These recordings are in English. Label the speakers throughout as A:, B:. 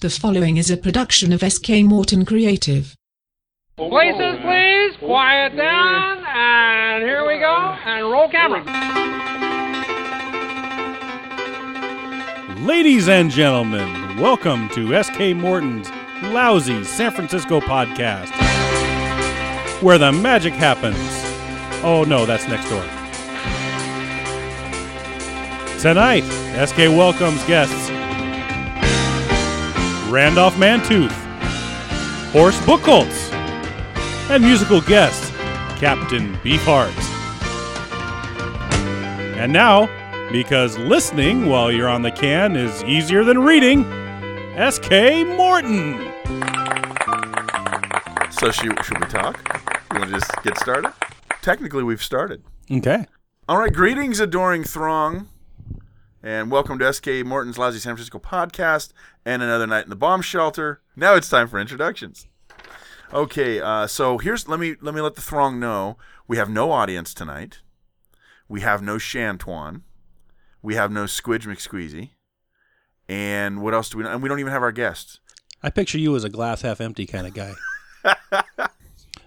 A: The following is a production of SK Morton Creative.
B: Places, please. Quiet down. And here we go. And roll camera.
C: Ladies and gentlemen, welcome to SK Morton's Lousy San Francisco podcast, where the magic happens. Oh no, that's next door. Tonight, SK welcomes guests Randolph Mantooth, Horst Buchholz, and musical guest Captain Beefheart. And now, because listening while you're on the can is easier than reading, S.K. Morton.
D: So should, should we talk? You want to just get started? Technically, we've started.
C: Okay.
D: All right, greetings, adoring throng, and welcome to SK Morton's Lousy San Francisco podcast and another night in the bomb shelter. Now it's time for introductions. Okay, uh, so here's let me let me let the throng know we have no audience tonight. We have no Shantuan. We have no Squidge McSqueezy. And what else do we? And we don't even have our guests.
E: I picture you as a glass half empty kind of guy.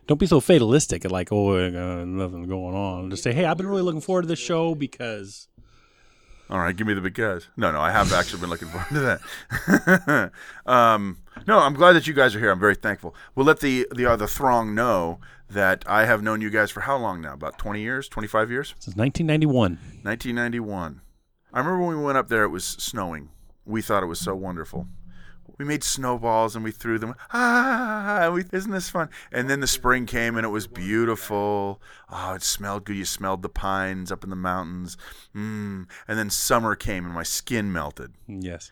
E: Don't be so fatalistic and like, oh, uh, nothing's going on. Just say, hey, I've been really looking forward to this show because
D: All right, give me the because. No, no, I have actually been looking forward to that. um, no, I'm glad that you guys are here. I'm very thankful. We'll let the the uh, the throng know that I have known you guys for how long now? About 20 years, 25 years,
E: since 1991.
D: 1991. I remember when we went up there, it was snowing. We thought it was so wonderful. We made snowballs and we threw them. Ah, we, isn't this fun? And then the spring came and it was beautiful. Oh, it smelled good. You smelled the pines up in the mountains. Mm. And then summer came and my skin melted.
E: Yes.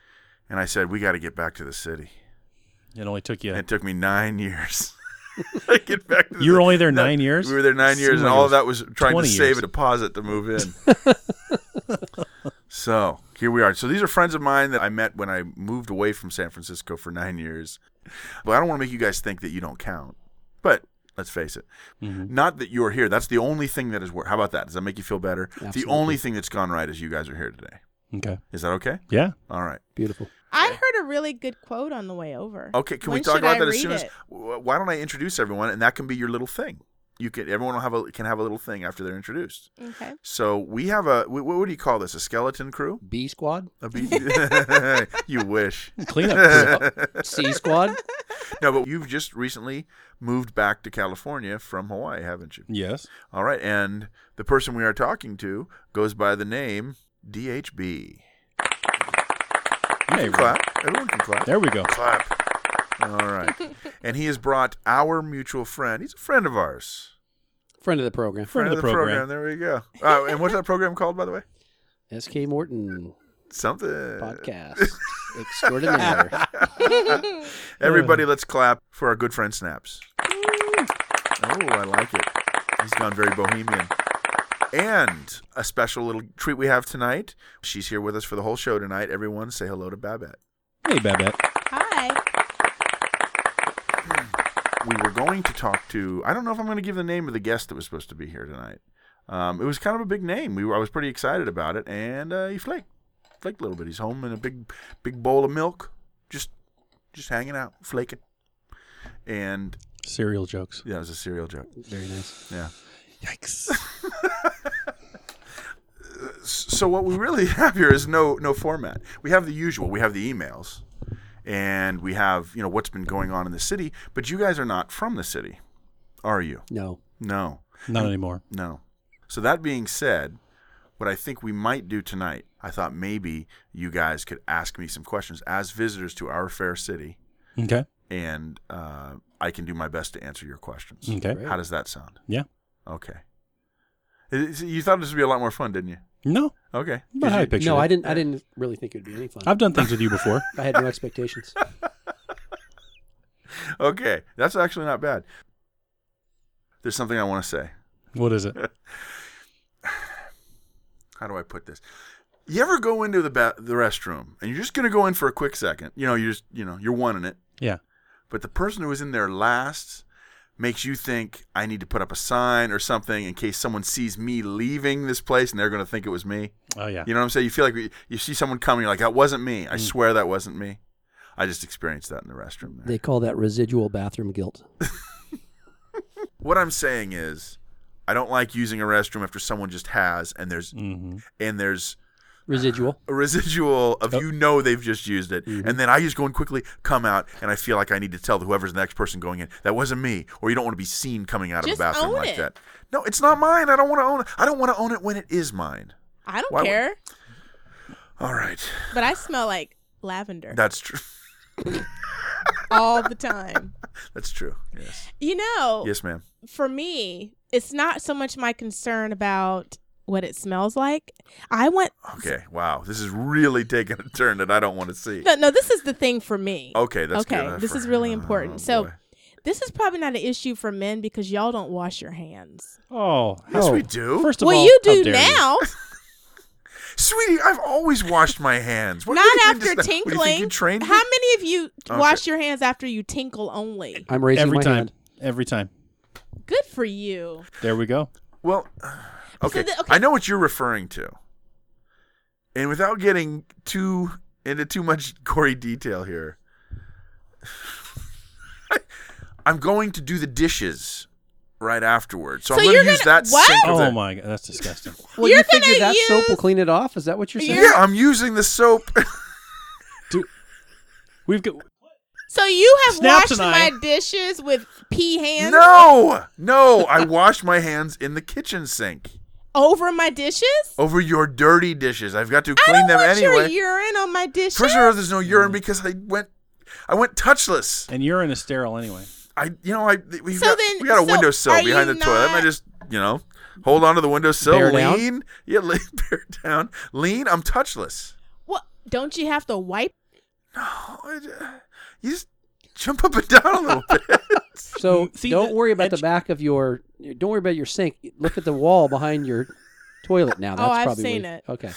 D: And I said, "We got to get back to the city."
E: It only took you.
D: And it took me nine years. to get back to the
E: You were
D: city.
E: only there
D: That-
E: nine years?
D: We were there nine
E: Seemed
D: years, and
E: like it
D: all
E: was
D: of that was trying to
E: 20
D: save
E: years.
D: a deposit to move in. so here we are. So these are friends of mine that I met when I moved away from San Francisco for nine years. But I don't want to make you guys think that you don't count. But let's face it,
E: Mm-hmm.
D: not that you're here. That's the only thing that is worth. How about that? Does that make you feel better? The only thing that's gone right is you guys are here today.
E: Okay.
D: Is that okay?
E: Yeah.
D: All right.
F: I heard a really good quote on the way over.
D: Okay, can we
F: When
D: talk
F: should
D: about
F: I
D: that as
F: read
D: soon as?
F: it?
D: wh- Why don't I introduce everyone, and that can be your little thing. You can everyone will have a can have a little thing after they're introduced.
F: Okay.
D: So we have a wh- what, what do you call this? A skeleton crew?
G: B squad,
D: A B- you wish.
E: Clean up.
G: C squad.
D: No, but you've just recently moved back to California from Hawaii, haven't you?
E: yes.
D: All right, and the person we are talking to goes by the name DHB.
E: Hey,
D: Clap. Everyone can clap.
E: There we go.
D: Clap. All right. and he has brought our mutual friend. He's a friend of ours.
G: Friend of the program.
E: Friend of the program.
D: There we go. Uh, and what's that program called, by the way?
G: SK Morton
D: Something.
G: podcast extraordinaire.
D: Everybody, let's clap for our good friend Snaps. Oh, I like it. He's gone very bohemian. And a special little treat we have tonight. She's here with us for the whole show tonight. Everyone, say hello to Babette.
E: Hey, Babette.
F: Hi.
D: we were going to talk to. I don't know if I'm going to give the name of the guest that was supposed to be here tonight. Um, it was kind of a big name. We were, I was pretty excited about it, and uh, he flaked, flaked a little bit. He's home in a big, big bowl of milk, just, just hanging out, flaking. And
E: Cereal jokes.
D: yeah, it was a cereal joke.
G: Very nice.
D: Yeah.
E: Yikes.
D: So what we really have here is no no format. We have the usual. We have the emails, and we have you know what's been going on in the city. But you guys are not from the city, are you?
G: No.
D: No.
E: Not anymore.
D: No. So that being said, what I think we might do tonight, I thought maybe you guys could ask me some questions as visitors to our fair city,
E: Okay.
D: and uh, I can do my best to answer your questions.
E: Okay.
G: Great.
D: How does that sound?
E: Yeah.
D: Okay. Is- You thought this would be a lot more fun, didn't you?
E: No.
D: Okay.
E: Not how I pictured
G: No,
E: it.
G: I didn't. I didn't really think it would be any fun.
E: I've done things with you before.
G: I had no expectations.
D: Okay. That's actually not bad. There's something I want to say.
E: What is it?
D: how do I put this? You ever go into the ba- the restroom and you're just gonna go in for a quick second? You know, you just you know you're wanting it.
E: Yeah.
D: But the person who was in there last makes you think I need to put up a sign or something in case someone sees me leaving this place and they're gonna think it was me.
E: Oh, yeah.
D: You know what I'm saying? You feel like you- you see someone coming, you're like that wasn't me. I swear that wasn't me. I just experienced that in the restroom. There.
G: They call that residual bathroom guilt.
D: what I'm saying is, I don't like using a restroom after someone just has, and there's and there's
G: Residual.
D: a residual of you know they've just used it, and then I just go and quickly come out, and I feel like I need to tell whoever's the next person going in that wasn't me, or you don't want to be seen coming out of
F: Just
D: a bathroom
F: own
D: like
F: it.
D: that. No, it's not mine. I don't want to own it. I don't want to own it when it is mine.
F: I don't
D: Why would-
F: care,
D: All right,
F: but I smell like lavender
D: that's true.
F: all the time.
D: That's true. Yes.
F: You know,
D: Yes, ma'am.
F: for me, it's not so much my concern about what it smells like. I want
D: Okay. Wow. This is really taking a turn that I don't want to see.
F: no, no. This is the thing for me.
D: Okay. That's
F: okay,
D: good enough
F: this
D: for-
F: is really
D: Oh,
F: important. so,
D: boy.
F: this is probably not an issue for men because y'all don't wash your hands.
E: Oh,
D: Yes,
E: how-
D: we do.
E: First of
F: Well,
E: all,
F: you
E: how
F: do
E: dare
F: now.
D: Sweetie, I've always washed my hands. What,
F: not
D: what do you think
F: after
D: this- what do you think,
F: tinkling.
D: you trained
F: How
D: me?
F: many of you
D: Okay.
F: wash your hands after you tinkle only?
G: I'm
E: you.
G: raising
E: Every
G: my
E: time.
G: hand.
E: Every time.
F: Good for you.
E: There we go.
D: Well, okay.
F: the- okay.
D: I know what you're referring to. And without getting too into too much gory detail here, I'm going to do the dishes right afterwards. So,
F: So
D: I'm going
F: you're
D: to use
F: gonna-
D: that
F: what?
D: sink. of
E: Oh
D: the-
E: my god, that's disgusting.
G: Well,
F: You're
G: you figure
F: gonna
G: that soap will
F: use-
G: clean it off. Is that what you're saying?
D: Yeah, I'm using the soap.
E: Dude, we've got
F: So you have
E: Snaps and
F: washed
E: I-
F: my dishes with pee hands
D: no, no. I wash my hands in the kitchen sink
F: over my dishes.
D: over your dirty dishes. I've got to
F: I
D: clean
F: don't
D: them
F: want
D: anyway.
F: your urine on my dishes.
D: First of all, there's no
G: Mm.
D: urine because I went, I went touchless.
E: and you're in a sterile anyway.
D: I, you know, I th- we've
F: So
D: got,
F: then-
D: we got a
F: so
D: windowsill
F: are
D: behind the
F: you
D: toilet. I
F: not-
D: just, you know, hold on to the windowsill,
G: Bear down?
D: lean, yeah, lean, bear down, lean. I'm touchless.
F: what? Don't you have to wipe?
D: Oh, I ju- you just jump up and down a little bit.
G: So
E: See,
G: don't
E: the
G: worry about
E: edge-
G: the back of your. Don't worry about your sink. Look at the wall behind your toilet now.
F: Oh,
G: That's
F: I've
G: probably where
F: seen
G: you-
F: it.
G: Okay.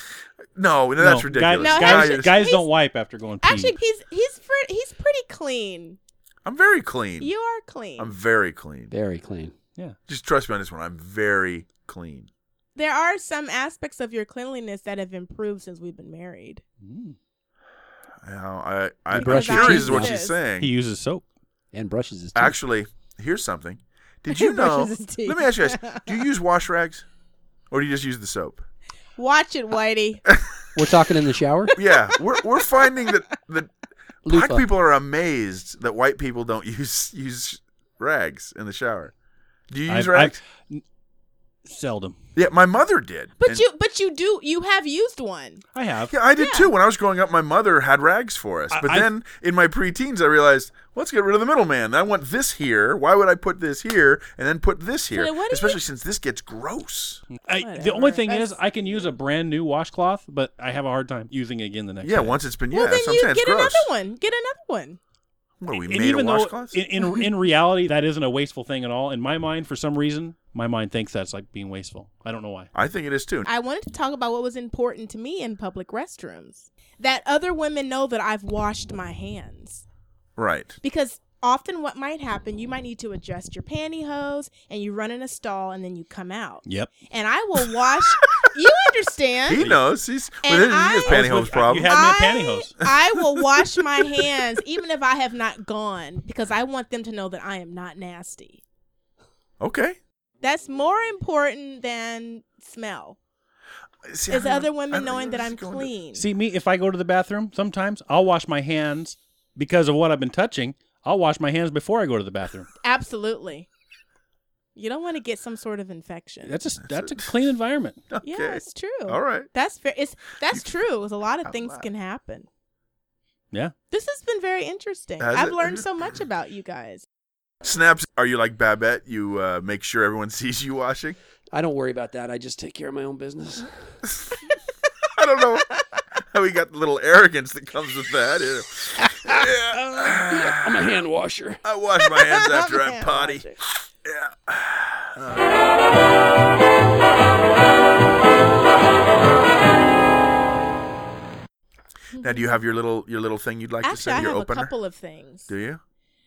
D: No, no, that's
E: No,
D: ridiculous.
E: Guys,
F: No,
E: guys,
F: actually-
E: guys don't
F: he's-
E: wipe after going pee.
F: Actually, he's he's pre- he's pretty clean.
D: I'm very clean.
F: You are clean.
D: I'm very clean.
G: Very clean.
E: yeah.
D: Just trust me on this one. I'm very clean.
F: there are some aspects of your cleanliness that have improved since we've been married.
E: Mm.
D: You know, I, I, I'm
G: brush your
D: curious
G: teeth
D: is what
G: now.
D: she's saying.
E: He uses soap.
G: And brushes his teeth.
D: Actually, here's something. Did you know?
F: Brushes his teeth.
D: Let me ask you guys: Do you use wash rags, or do you just use the soap?
F: Watch it, Whitey.
G: We're talking in the shower.
D: Yeah, we're we're finding that that black
G: Loofah.
D: people are amazed that white people don't use use rags in the shower. Do you use
E: I've-
D: rags?
E: I've- n- seldom.
D: yeah, my mother did.
F: But
D: And-
F: you but you do you have used one.
E: I have.
D: Yeah, I did
F: Yeah.
D: too. When I was growing up, my mother had rags for us.
E: I-
D: But
E: I-
D: then in my preteens, I realized let's get rid of the middleman. I want this here. Why would I put this here and then put this here?
F: then what do
D: Especially since this gets gross.
E: I, the
F: Whatever.
E: only thing
F: That's-
E: is, I can use a brand new washcloth, but I have a hard time using it again the next.
D: Yeah,
E: day.
D: once it's been
F: well
D: yeah,
F: then
D: so I'm
F: you
D: saying it's
F: get
D: gross.
F: another one. Get another one.
D: What we
E: and
D: made a
E: even though
D: washcloth?
E: in, in in reality that isn't a wasteful thing at all, in my mind, for some reason, my mind thinks that's like being wasteful. I don't know why.
D: I think it is too.
F: I wanted to talk about what was important to me in public restrooms. That other women know that I've washed my hands.
D: Right.
F: Because often what might happen, you might need to adjust your pantyhose and you run in a stall and then you come out.
E: Yep.
F: And I will wash you understand.
D: He knows. He's
F: And
D: with his, he has
F: I-
E: I was
D: pantyhose
E: with-
D: problem.
E: you had- Admit pantyhose.
F: I will wash my hands even if I have not gone because I want them to know that I am not nasty.
D: okay.
F: That's more important than smell.
D: See,
F: Is
D: I don't-
F: other
D: I
F: women
D: don't
F: knowing
D: know
F: that
D: where
F: I'm
D: this is going to-
F: clean.
E: See me if I go to the bathroom. Sometimes I'll wash my hands because of what I've been touching. I'll wash my hands before I go to the bathroom.
F: Absolutely. You don't want to get some sort of infection.
E: That's a that's a clean environment.
F: Yeah,
D: okay.
F: it's true.
D: All right.
F: That's fair. It's that's true. 'cause A lot of things
D: lot.
F: can happen.
E: Yeah.
F: This has been very interesting.
D: Has
F: I've
D: it?
F: learned so much about you guys.
D: Snaps. Are you like Babette? You uh, make sure everyone sees you washing.
G: I don't worry about that. I just take care of my own business.
D: I don't know how he got the little arrogance that comes with that. Yeah.
F: Oh,
D: Yeah.
G: I'm a hand washer.
D: I wash my hands after I
F: Man,
D: potty.
F: Roger.
D: Now, do you have your little your little thing you'd like to
F: Actually,
D: say?
F: I
D: Your
F: have
D: opener.
F: a couple of things.
D: Do you?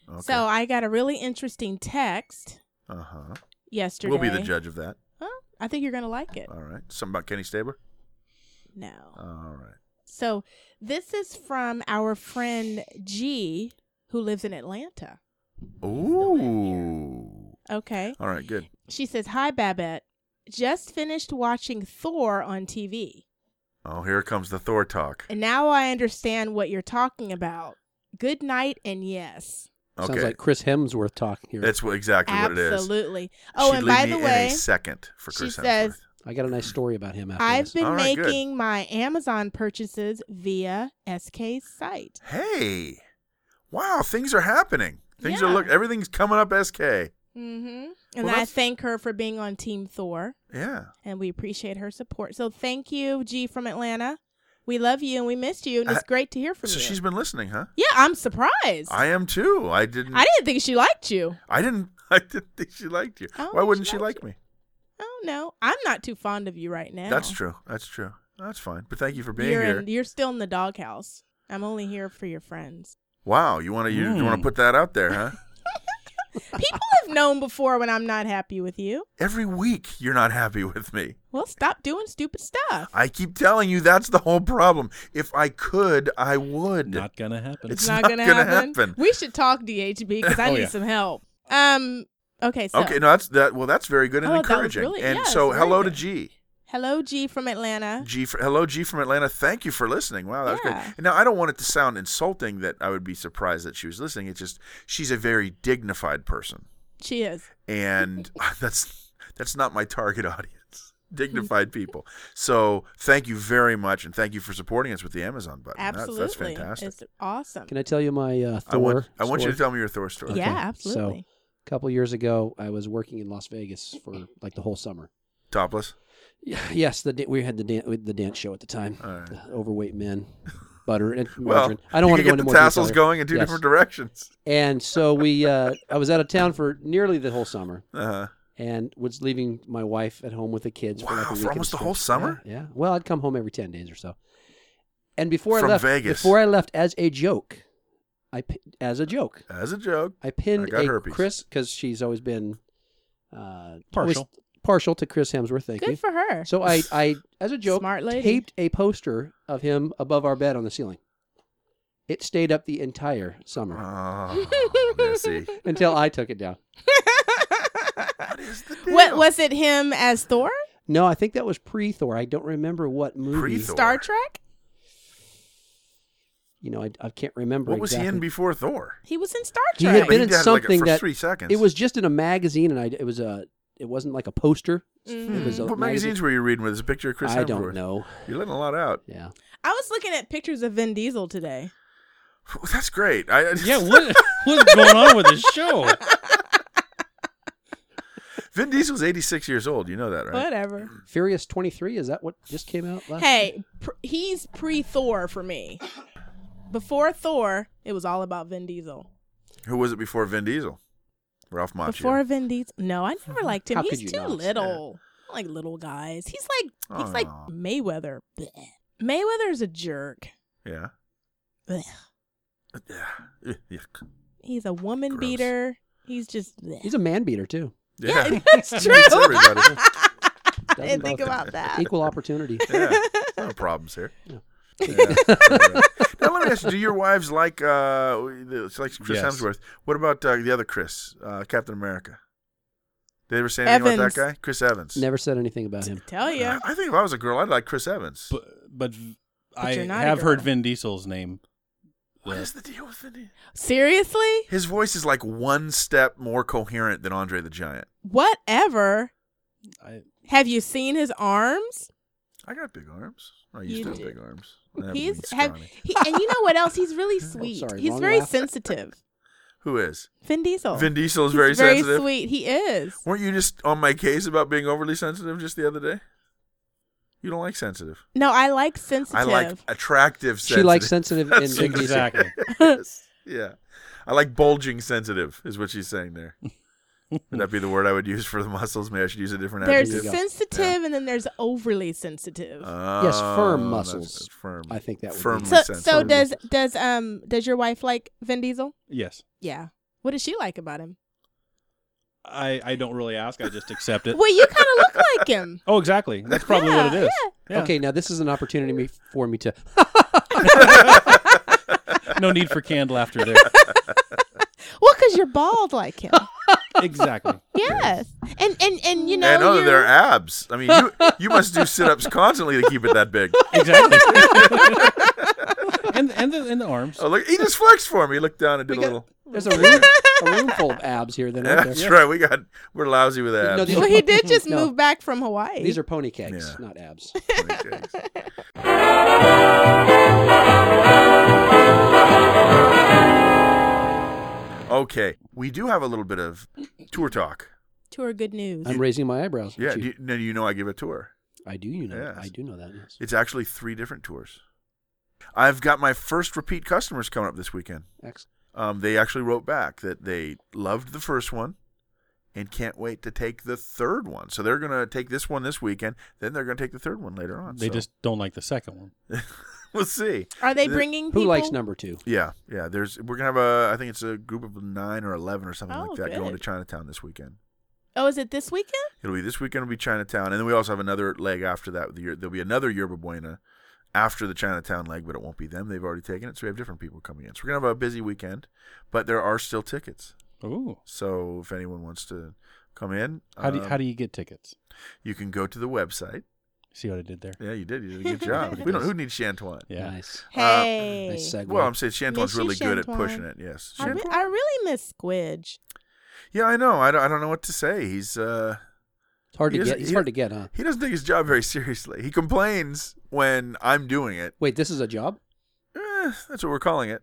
D: Okay.
F: So I got a really interesting text
D: uh huh.
F: yesterday.
D: We'll be the judge Uh, of that.
F: Huh? I think you're gonna like it.
D: All right. Something about Kenny Stabler.
F: No.
D: All right.
F: So this is from our friend G, who lives in Atlanta.
D: Ooh.
F: Okay.
D: All right, good.
F: She says, Hi, Babette. Just finished watching Thor on TV.
D: Oh, here comes the Thor talk.
F: And now I understand what you're talking about. Good night and yes.
D: Okay.
G: Sounds like Chris Hemsworth talking here.
D: That's what, exactly what it is.
F: Absolutely. Oh,
D: She'd
F: and
D: leave
F: by
D: me
F: the
D: in
F: way,
D: a second for
F: she
D: Chris
F: says,
D: Hemsworth.
G: I got a nice story about him after
F: I've
G: this.
F: been
D: uh, All right, good.
F: making my Amazon purchases via SK's site.
D: "Hey, wow, things are happening. Things are
F: Yeah.
D: look. Everything's coming up. SK.
F: Mm-hmm.
D: Well,
F: And I
D: that's-
F: thank her for being on Team Thor,
D: Yeah.
F: and we appreciate her support. So thank you, G from Atlanta. We love you and we missed you, and it's
D: Uh,
F: great to hear from
D: So
F: you.
D: she's been listening, huh?
F: yeah, I'm surprised.
D: I am too. I didn't.
F: I
D: I,
F: didn't think she liked you.
D: didn't. I didn't think she liked you.
F: I don't
D: Why
F: think
D: wouldn't
F: she
D: she
F: likes
D: like me?
F: Oh no, I'm not too fond of you right now.
D: That's true. That's true. That's fine. But thank you for being
F: you're
D: here.
F: In, you're still in the doghouse. I'm only here for your friends.
D: wow. You want to? You, you want
E: Mm.
D: to put that out there, huh?
F: People have known before when I'm not happy with you.
D: Every week you're not happy with me.
F: Well, stop doing stupid stuff.
D: I keep telling you that's the whole problem. If I could, I would.
E: Not gonna happen.
D: It's not gonna happen.
F: We should talk DHB because I
E: Oh,
F: need
E: yeah.
F: some help. Um. Okay. So.
D: Okay, no, that's that. Well, that's very good and
F: Oh, that was
D: encouraging.
F: really-
D: and
F: yeah,
D: so,
F: it's very
D: hello to
F: good.
D: G.
F: Hello, G from Atlanta.
D: G for, hello, G from Atlanta. Thank you for listening. Wow, that was
F: Yeah.
D: great. Now, I don't want it to sound insulting that I would be surprised that she was listening. It's just she's a very dignified person,
F: She is.
D: and that's that's not my target audience. Dignified people. So, thank you very much, and thank you for supporting us with the Amazon button. That's-
F: Absolutely.
D: That's, fantastic.
F: It's awesome.
G: Can I tell you my uh, Thor
D: I want I want you
G: story?
D: to tell me your Thor story.
F: Yeah,
G: Okay, so-
F: absolutely.
G: A couple years ago, I was working in Las Vegas for like the whole summer.
D: Topless.
G: Yeah, Yes, the da- we had the dan- we had the dance show at the time.
D: All right.
G: Uh, Overweight men, butter and
D: Well,
G: margarine. I don't
D: you
G: want
D: can
G: to go
D: get
G: into
D: the
G: more
D: tassels
G: detail here.
D: going in two
G: Yes.
D: different directions.
G: And so we, uh, I was out of town for nearly the whole summer,
D: Uh-huh.
G: and was leaving my wife at home with the kids for like
D: Wow,
G: a
D: for
G: week
D: almost the whole summer?
G: Yeah, yeah. Well, I'd come home every ten days or so. And before
D: From
G: I left,
D: Vegas.
G: before I left, as a joke, I pi- as a joke,
D: As a joke.
G: I pinned
D: I got
G: a
D: herpes.
G: Chris because she's always been uh, always
E: Partial.
G: partial to Chris Hemsworth. Thank
F: Good
G: you.
F: for her.
G: so I, I, as a joke,
F: Smart lady.
G: taped a poster of him above our bed on the ceiling. It stayed up the entire summer
D: Oh, Missy.
G: until I took it down.
D: What is the deal?
F: what was it? Him as Thor?
G: No, I think that was pre Thor. I don't remember what movie.
D: Pre-Thor?
F: Star Trek?
G: You know, I, I can't remember.
D: What was he in
G: exactly.
D: before Thor?
F: He was in Star
G: He
F: Trek.
G: had
D: But
G: been
D: he
G: in
D: did, like,
G: something
D: for
G: that
D: three seconds.
G: It was just in a magazine, and I it was a it wasn't like a poster. It was a
D: What
G: magazine.
D: magazines were you reading with this picture of Chris
G: I
D: Hemsworth?
G: don't know.
D: You're letting a lot out.
G: Yeah.
F: I was looking at pictures of Vin Diesel today.
D: That's great. I,
E: yeah. What what's going on with this show?
D: Vin Diesel's 86 years old. You know that, right?
F: Whatever.
G: Furious 23 is that what just came out last
F: Hey, pr- he's pre Thor for me. Before Thor, it was all about Vin Diesel.
D: Who was it before Vin Diesel? Ralph Macchio.
F: Before Vin Diesel, no, I
D: Mm-hmm.
F: never liked him.
G: How
F: he's
G: could you
F: too
G: not?
F: little. I like little guys. He's like he's like
D: Aw.
F: Mayweather. Blech. Mayweather's a jerk.
D: yeah.
F: Blech.
D: Yeah. Yuck. Yeah.
F: He's a woman
D: Gross.
F: beater. He's just blech.
G: He's a man beater too.
F: yeah, that's true.
D: It's everybody.
F: I
G: Doesn't
F: didn't think
G: bother-
F: about that.
G: Equal opportunity.
D: Yeah. No problems here.
G: No.
D: Yeah. now let me ask you: Do your wives like uh, the- it's like Chris
E: Yes.
D: Hemsworth? What about uh, the other Chris, uh, Captain America? They ever say anything about that
F: Evans.
D: guy, Chris Evans?
G: Never said anything about him.
F: Tell you.
D: I, I think if I was a girl, I'd like Chris Evans.
E: But but, I
F: you're not a
E: have heard
F: girl.
E: Vin Diesel's name.
D: what
E: Uh,
D: is the deal with it?
F: Seriously?
D: His voice is like one step more coherent than Andre the Giant.
F: Whatever.
E: I,
F: Have you seen his arms?
D: I got big arms. I used
F: You
D: to have
F: do.
D: big arms. I have
F: He's
D: lean,
F: have,
D: scrawny.
F: he, and you know what else? He's really sweet.
G: sorry,
F: He's
G: wrong
F: very
G: laugh.
F: sensitive.
D: Who is?
F: Vin Diesel.
D: Vin Diesel is
F: He's
D: very, sensitive.
F: sweet. He is.
D: Weren't you just on my case about being overly sensitive just the other day? You don't like sensitive.
F: No, I like sensitive.
D: I like attractive sensitive.
G: She likes sensitive and
D: That's
G: Vin Diesel.
E: exactly.
D: yes. Yeah. I like bulging sensitive, is what she's saying there. would that be the word I would use for the muscles? Maybe I should use a different
F: there's
D: adjective.
G: go.
F: sensitive, and then there's overly sensitive.
G: Yes,
D: Oh,
G: firm
D: that's-
G: muscles.
D: that's firm.
G: I think that would
D: Firm.
G: be.
F: so,
D: makes sense.
F: so
D: Totally.
F: does does um does your wife like Vin Diesel?
E: yes.
F: Yeah. What does she like about him?
E: I I don't really ask. I just accept it.
F: Well, you kind of look like him.
E: Oh, exactly. That's probably what it
F: Yeah,
E: is. Yeah.
G: Okay, now this is an opportunity me- for me to
E: No need for canned laughter there.
F: Well, because you're bald like him.
E: exactly.
F: yes, and and and you know,
D: and oh, other
F: you're-
D: their abs. I mean, you you must do sit ups constantly to keep it that big.
E: Exactly. and and the and the arms.
D: Oh look, he just flexed for me. Looked down and did
G: We
D: a
G: got-
D: little.
G: There's a room, a room full of abs here. Then
D: Yeah,
G: aren't
D: that's
G: there?
D: right. We got we're lousy with abs.
G: No, these
F: well, he did just
G: No.
F: move back from Hawaii.
G: These are pony cakes,
D: Yeah.
G: not abs.
D: okay, we do have a little bit of tour talk.
F: tour good news.
G: I'm raising my eyebrows. at
D: Yeah,
G: you.
D: do you, now you know I give a tour.
G: I do. You know,
D: Yes.
G: I do know that. Yes.
D: It's actually three different tours. I've got my first repeat customers coming up this weekend.
G: Excellent.
D: Um, they actually wrote back that they loved the first one and can't wait to take the third one. So they're going to take this one this weekend, then they're going to take the third one later on.
E: They
D: So
E: just don't like the second one.
D: we'll see.
F: Are they
D: the-
F: bringing
G: Who
F: people?
G: likes number two?
D: Yeah, yeah. There's we're gonna have a I think it's a group of nine or eleven or something
F: Oh,
D: like that going
F: good.
D: to Chinatown this weekend.
F: Oh, is it this weekend?
D: It'll be this weekend will be Chinatown, and then we also have another leg after that. with The year- There'll be another Yerba Buena after the Chinatown leg, but it won't be them. They've already taken it, so we have different people coming in. So we're gonna have a busy weekend, but there are still tickets.
E: Ooh.
D: So if anyone wants to come in,
E: How do you,
D: um,
E: how do you get tickets?
D: you can go to the website.
E: See what I did there?
D: Yeah, you did. You did a good job. we don't. Who needs Chantuan?
E: Yeah.
G: Nice.
D: Uh,
F: Hey,
G: Nice segue.
D: Well, I'm saying Chantuan's
F: Yes, you
D: really good at
F: Chantuan.
D: pushing it. Yes.
F: I, re-
D: Chantuan-
F: I really miss Squidge.
D: yeah, I know. I don't, I don't know what to say. He's uh,
G: it's hard to
D: he
G: get.
D: doesn't-
G: It's
D: he-
G: hard to get, huh?
D: he doesn't take his job very seriously. He complains when I'm doing it.
G: Wait, this is a job.
D: Eh, that's what we're calling it.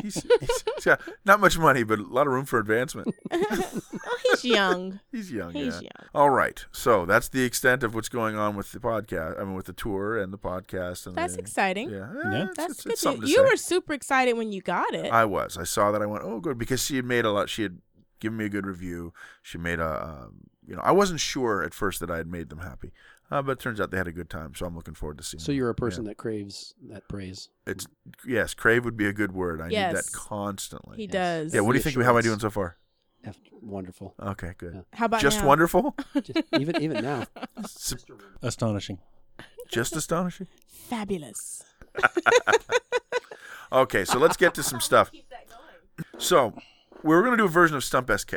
D: He's, he's, he's got not much money, but a lot of room for advancement.
F: oh, he's young.
D: He's young.
F: He's
D: Oh, yeah.
F: young.
D: All right. So that's the extent of what's going on with the podcast. I mean, with the tour and the podcast. And
F: That's
D: the,
F: exciting.
D: Oh, Yeah. eh, it's-
F: That's
D: it's- it's
F: good.
D: something
F: To,
D: to
F: you
D: say.
F: were super excited when you got it.
D: I was. I saw that. I went, oh, good, because she had made a lot. She had given me a good review. She made a, um, you know, I wasn't sure at first that I had made them happy, uh, but it turns out they had a good time. So I'm looking forward to seeing.
G: So
D: them.
G: you're a person
D: Yeah.
G: that craves that praise.
D: It's yes, crave would be a good word. I need
F: Yes.
D: that constantly.
F: he
G: Yes.
F: does.
D: yeah. What do you think? How am I doing
G: Reassurance.
D: so far?
G: F- wonderful.
D: Okay, good.
G: Yeah.
F: How about
D: Just
F: now?
D: wonderful.
G: Just, even even now,
D: S-
E: Astonishing.
D: Just astonishing.
F: Fabulous.
D: Okay, so let's get to some stuff. So we're gonna do a version of Stump SK.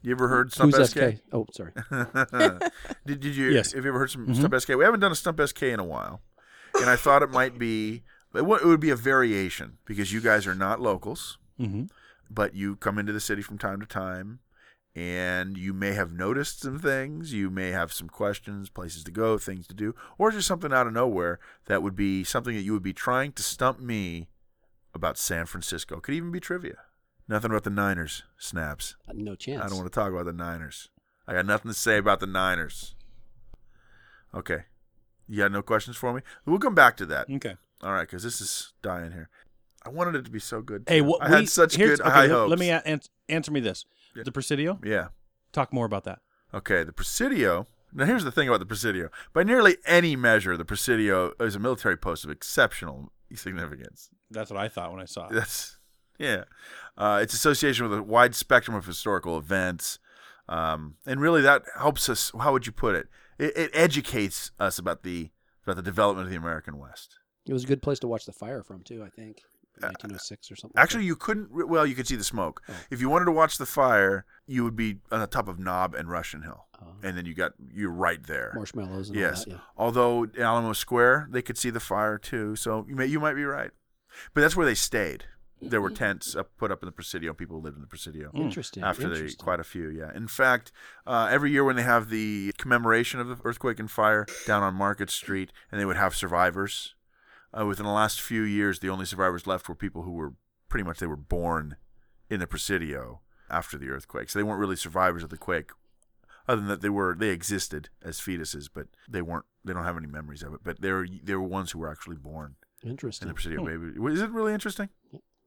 D: You ever heard Stump
G: who's
D: SK?
G: SK? Oh, sorry.
D: did, did you?
E: Yes.
D: Have you ever heard some
E: Mhm.
D: Stump SK? We haven't done a Stump SK in a while, and I thought it might be. It would, it would be a variation because you guys are not locals,
E: Mm-hmm.
D: but you come into the city from time to time, and you may have noticed some things. You may have some questions, places to go, things to do, or just something out of nowhere that would be something that you would be trying to stump me about San Francisco. Could even be trivia. Nothing about the Niners, snaps.
G: No chance.
D: I don't want to talk about the Niners. I got nothing to say about the Niners. Okay. You got no questions for me? We'll come back to that.
E: Okay.
D: All right, because this is dying here. I wanted it to be so good.
E: Hey, what
D: I
E: we-
D: had such
E: here's-
D: good
E: okay,
D: high
E: let-
D: hopes.
E: Let me a- an- answer me this:
D: Yeah.
E: the Presidio.
D: Yeah.
E: Talk more about that.
D: Okay. The Presidio. Now, here's the thing about the Presidio. By nearly any measure, the Presidio is a military post of exceptional significance.
E: That's what I thought when I saw it.
D: That's yeah. Uh, its association with a wide spectrum of historical events, um, and really that helps us. How would you put it? It, it educates us about the about the development of the American West.
G: It was a good place to watch the fire from too. I think. 1906 or something. like
D: Actually,
G: that.
D: you couldn't. re- Well, you could see the smoke.
G: Oh.
D: If you wanted to watch the fire, you would be on the top of Knob and Russian Hill,
G: Oh.
D: and then you got you're right there.
G: marshmallows. And
D: Yes.
G: All that, yeah.
D: Although in Alamo Square, they could see the fire too. So you may you might be right, but that's where they stayed. There
G: Mm-hmm.
D: were tents up, put up in the Presidio. People lived in the Presidio.
E: Hmm.
G: Interesting.
D: after the
G: interesting.
D: quite a few yeah in fact uh, every year when they have the commemoration of the earthquake and fire down on market street and they would have survivors uh, within the last few years the only survivors left were people who were pretty much they were born in the presidio after the earthquake so they weren't really survivors of the quake other than that they were they existed as fetuses but they weren't they don't have any memories of it but they were they were ones who were actually born in the
G: Interesting. Hmm.
D: presidio baby is it really interesting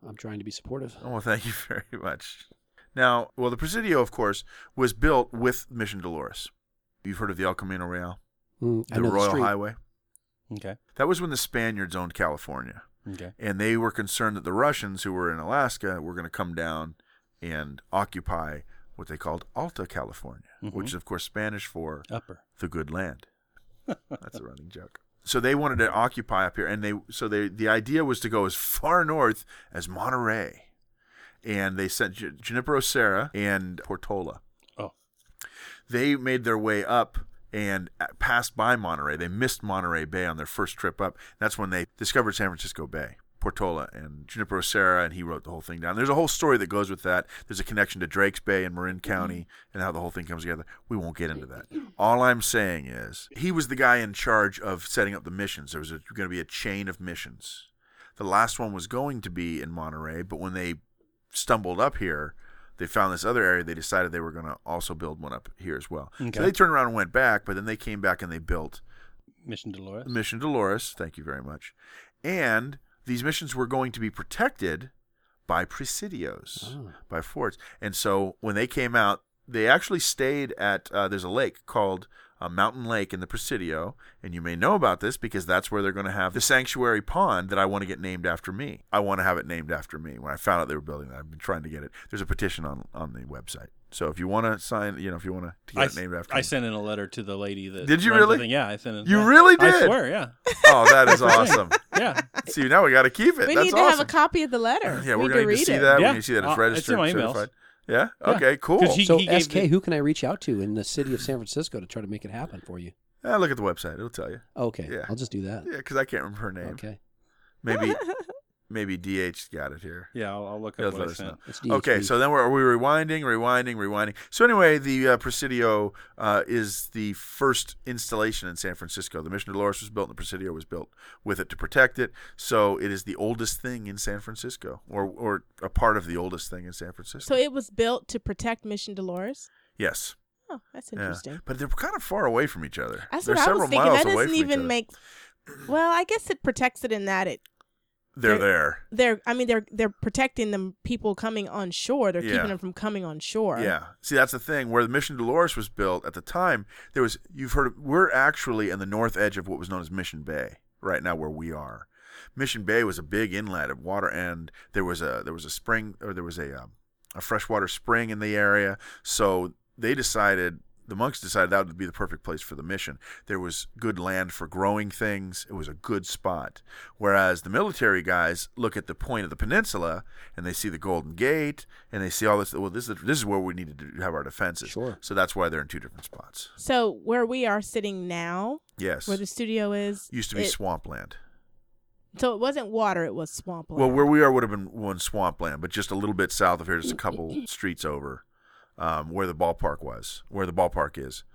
G: I'm trying to be supportive.
D: Oh, well, thank you very much. Now, well, the Presidio, of course, was built with Mission Dolores. You've heard of the El Camino Real,
G: Mm, I
D: the
G: know
D: Royal
G: street.
D: Highway.
E: Okay.
D: That was when the Spaniards owned California,
E: Okay.
D: and they were concerned that the Russians, who were in Alaska, were going to come down and occupy what they called Alta California,
G: Mm-hmm.
E: Mhm.
D: which is, of course, Spanish for
E: Upper.
D: the good land. That's a running joke. so they wanted to occupy up here, and they so they the idea was to go as far north as Monterey, and they sent Ju- Junipero Serra and Portola.
E: Oh.
D: They made their way up and uh, passed by Monterey. They missed Monterey Bay on their first trip up. That's when they discovered San Francisco Bay. Portola and Junipero Serra, and he wrote the whole thing down. There's a whole story that goes with that. There's a connection to Drake's Bay and Marin County and how the whole thing comes together. We won't get into that. All I'm saying is he was the guy in charge of setting up the missions. There was going to be a chain of missions. The last one was going to be in Monterey, but when they stumbled up here, they found this other area. They decided they were going to also build one up here as well.
E: Okay.
D: So they turned around and went back, but then they came back and they built
E: Mission Dolores.
D: Mission Dolores. Thank you very much. And these missions were going to be protected by presidios,
G: Oh. Ah.
D: by forts. And so when they came out, they actually stayed at, uh, there's a lake called uh, Mountain Lake in the Presidio. And you may know about this because that's where they're going to have the sanctuary pond that I want to get named after me. I want to have it named after me. When I found out they were building that, I've been trying to get it. There's a petition on, on the website. So if you want to sign, you know, if you want to get
E: I,
D: it named after
E: I
D: me.
E: sent in a letter to the lady that.
D: Did you
E: runs the
D: really?
E: thing. Yeah, I sent it.
D: You
E: yeah.
D: really
E: I
D: did?
E: swear, yeah,
D: Oh, that is awesome.
E: yeah.
D: See, now we got to keep it.
F: We
D: That's
F: need to
D: awesome.
F: have a copy of the letter.
D: Yeah, we're
F: Need
D: gonna need
F: read
D: to see
F: it.
D: that.
E: Yeah.
D: We need to see that
E: Uh,
D: it's
E: it's in
D: registered,
E: my
D: and
E: emails.
D: certified. Yeah.
E: Yeah.
D: Okay. Cool.
E: 'Cause he-
G: So
E: gave
G: SK,
E: the-
G: who can I reach out to in the city of San Francisco to try to make it happen for you?
D: Ah, look at the website; it'll tell you.
G: Okay,
D: Yeah.
G: I'll just do that.
D: Yeah, because I can't remember her name.
G: Okay,
D: Maybe, maybe DH got it here.
E: Yeah, I'll, I'll look
D: He'll
E: up what
D: let
E: I
D: us know.
E: sent.
G: it's E
D: Okay,
G: DHB.
D: so then we're are we rewinding, rewinding, rewinding. So anyway, the uh, Presidio uh, is the first installation in San Francisco. The Mission Dolores was built, and the Presidio was built with it to protect it. So it is the oldest thing in San Francisco, or or a part of the oldest thing in San Francisco.
F: So it was built to protect Mission Dolores.
D: yes.
F: Oh, that's
D: Yeah.
F: interesting.
D: But they're kind of far away from each other.
F: That's
D: they're
F: what I
D: several
F: was thinking.
D: miles away
F: That doesn't
D: from each
F: even
D: other.
F: make. Well, I guess it protects it in that it
D: They're there.
F: they're. I mean, they're they're protecting the people coming on shore. They're
D: Yeah.
F: keeping them from coming on shore.
D: Yeah. See, that's the thing. Where the Mission Dolores was built at the time, there was you've heard of, we're actually in the north edge of what was known as Mission Bay right now where we are. Mission Bay was a big inlet of water and there was a there was a spring or there was a um, a freshwater spring in the area. So they decided the monks decided that would be the perfect place for the mission. There was good land for growing things. It was a good spot. Whereas the military guys look at the point of the peninsula and they see the Golden Gate and they see all this. Well, this is this is where we needed to have our defenses.
G: Sure.
D: So that's why they're in two different spots.
F: So where we are sitting now,
D: Yes.
F: where the studio is,
D: Used to be
F: it-
D: swampland.
F: So it wasn't water; it was swamp.
D: Well, where we are would have been one swampland, but just a little bit south of here, just a couple streets over, um, where the ballpark was, where the ballpark is.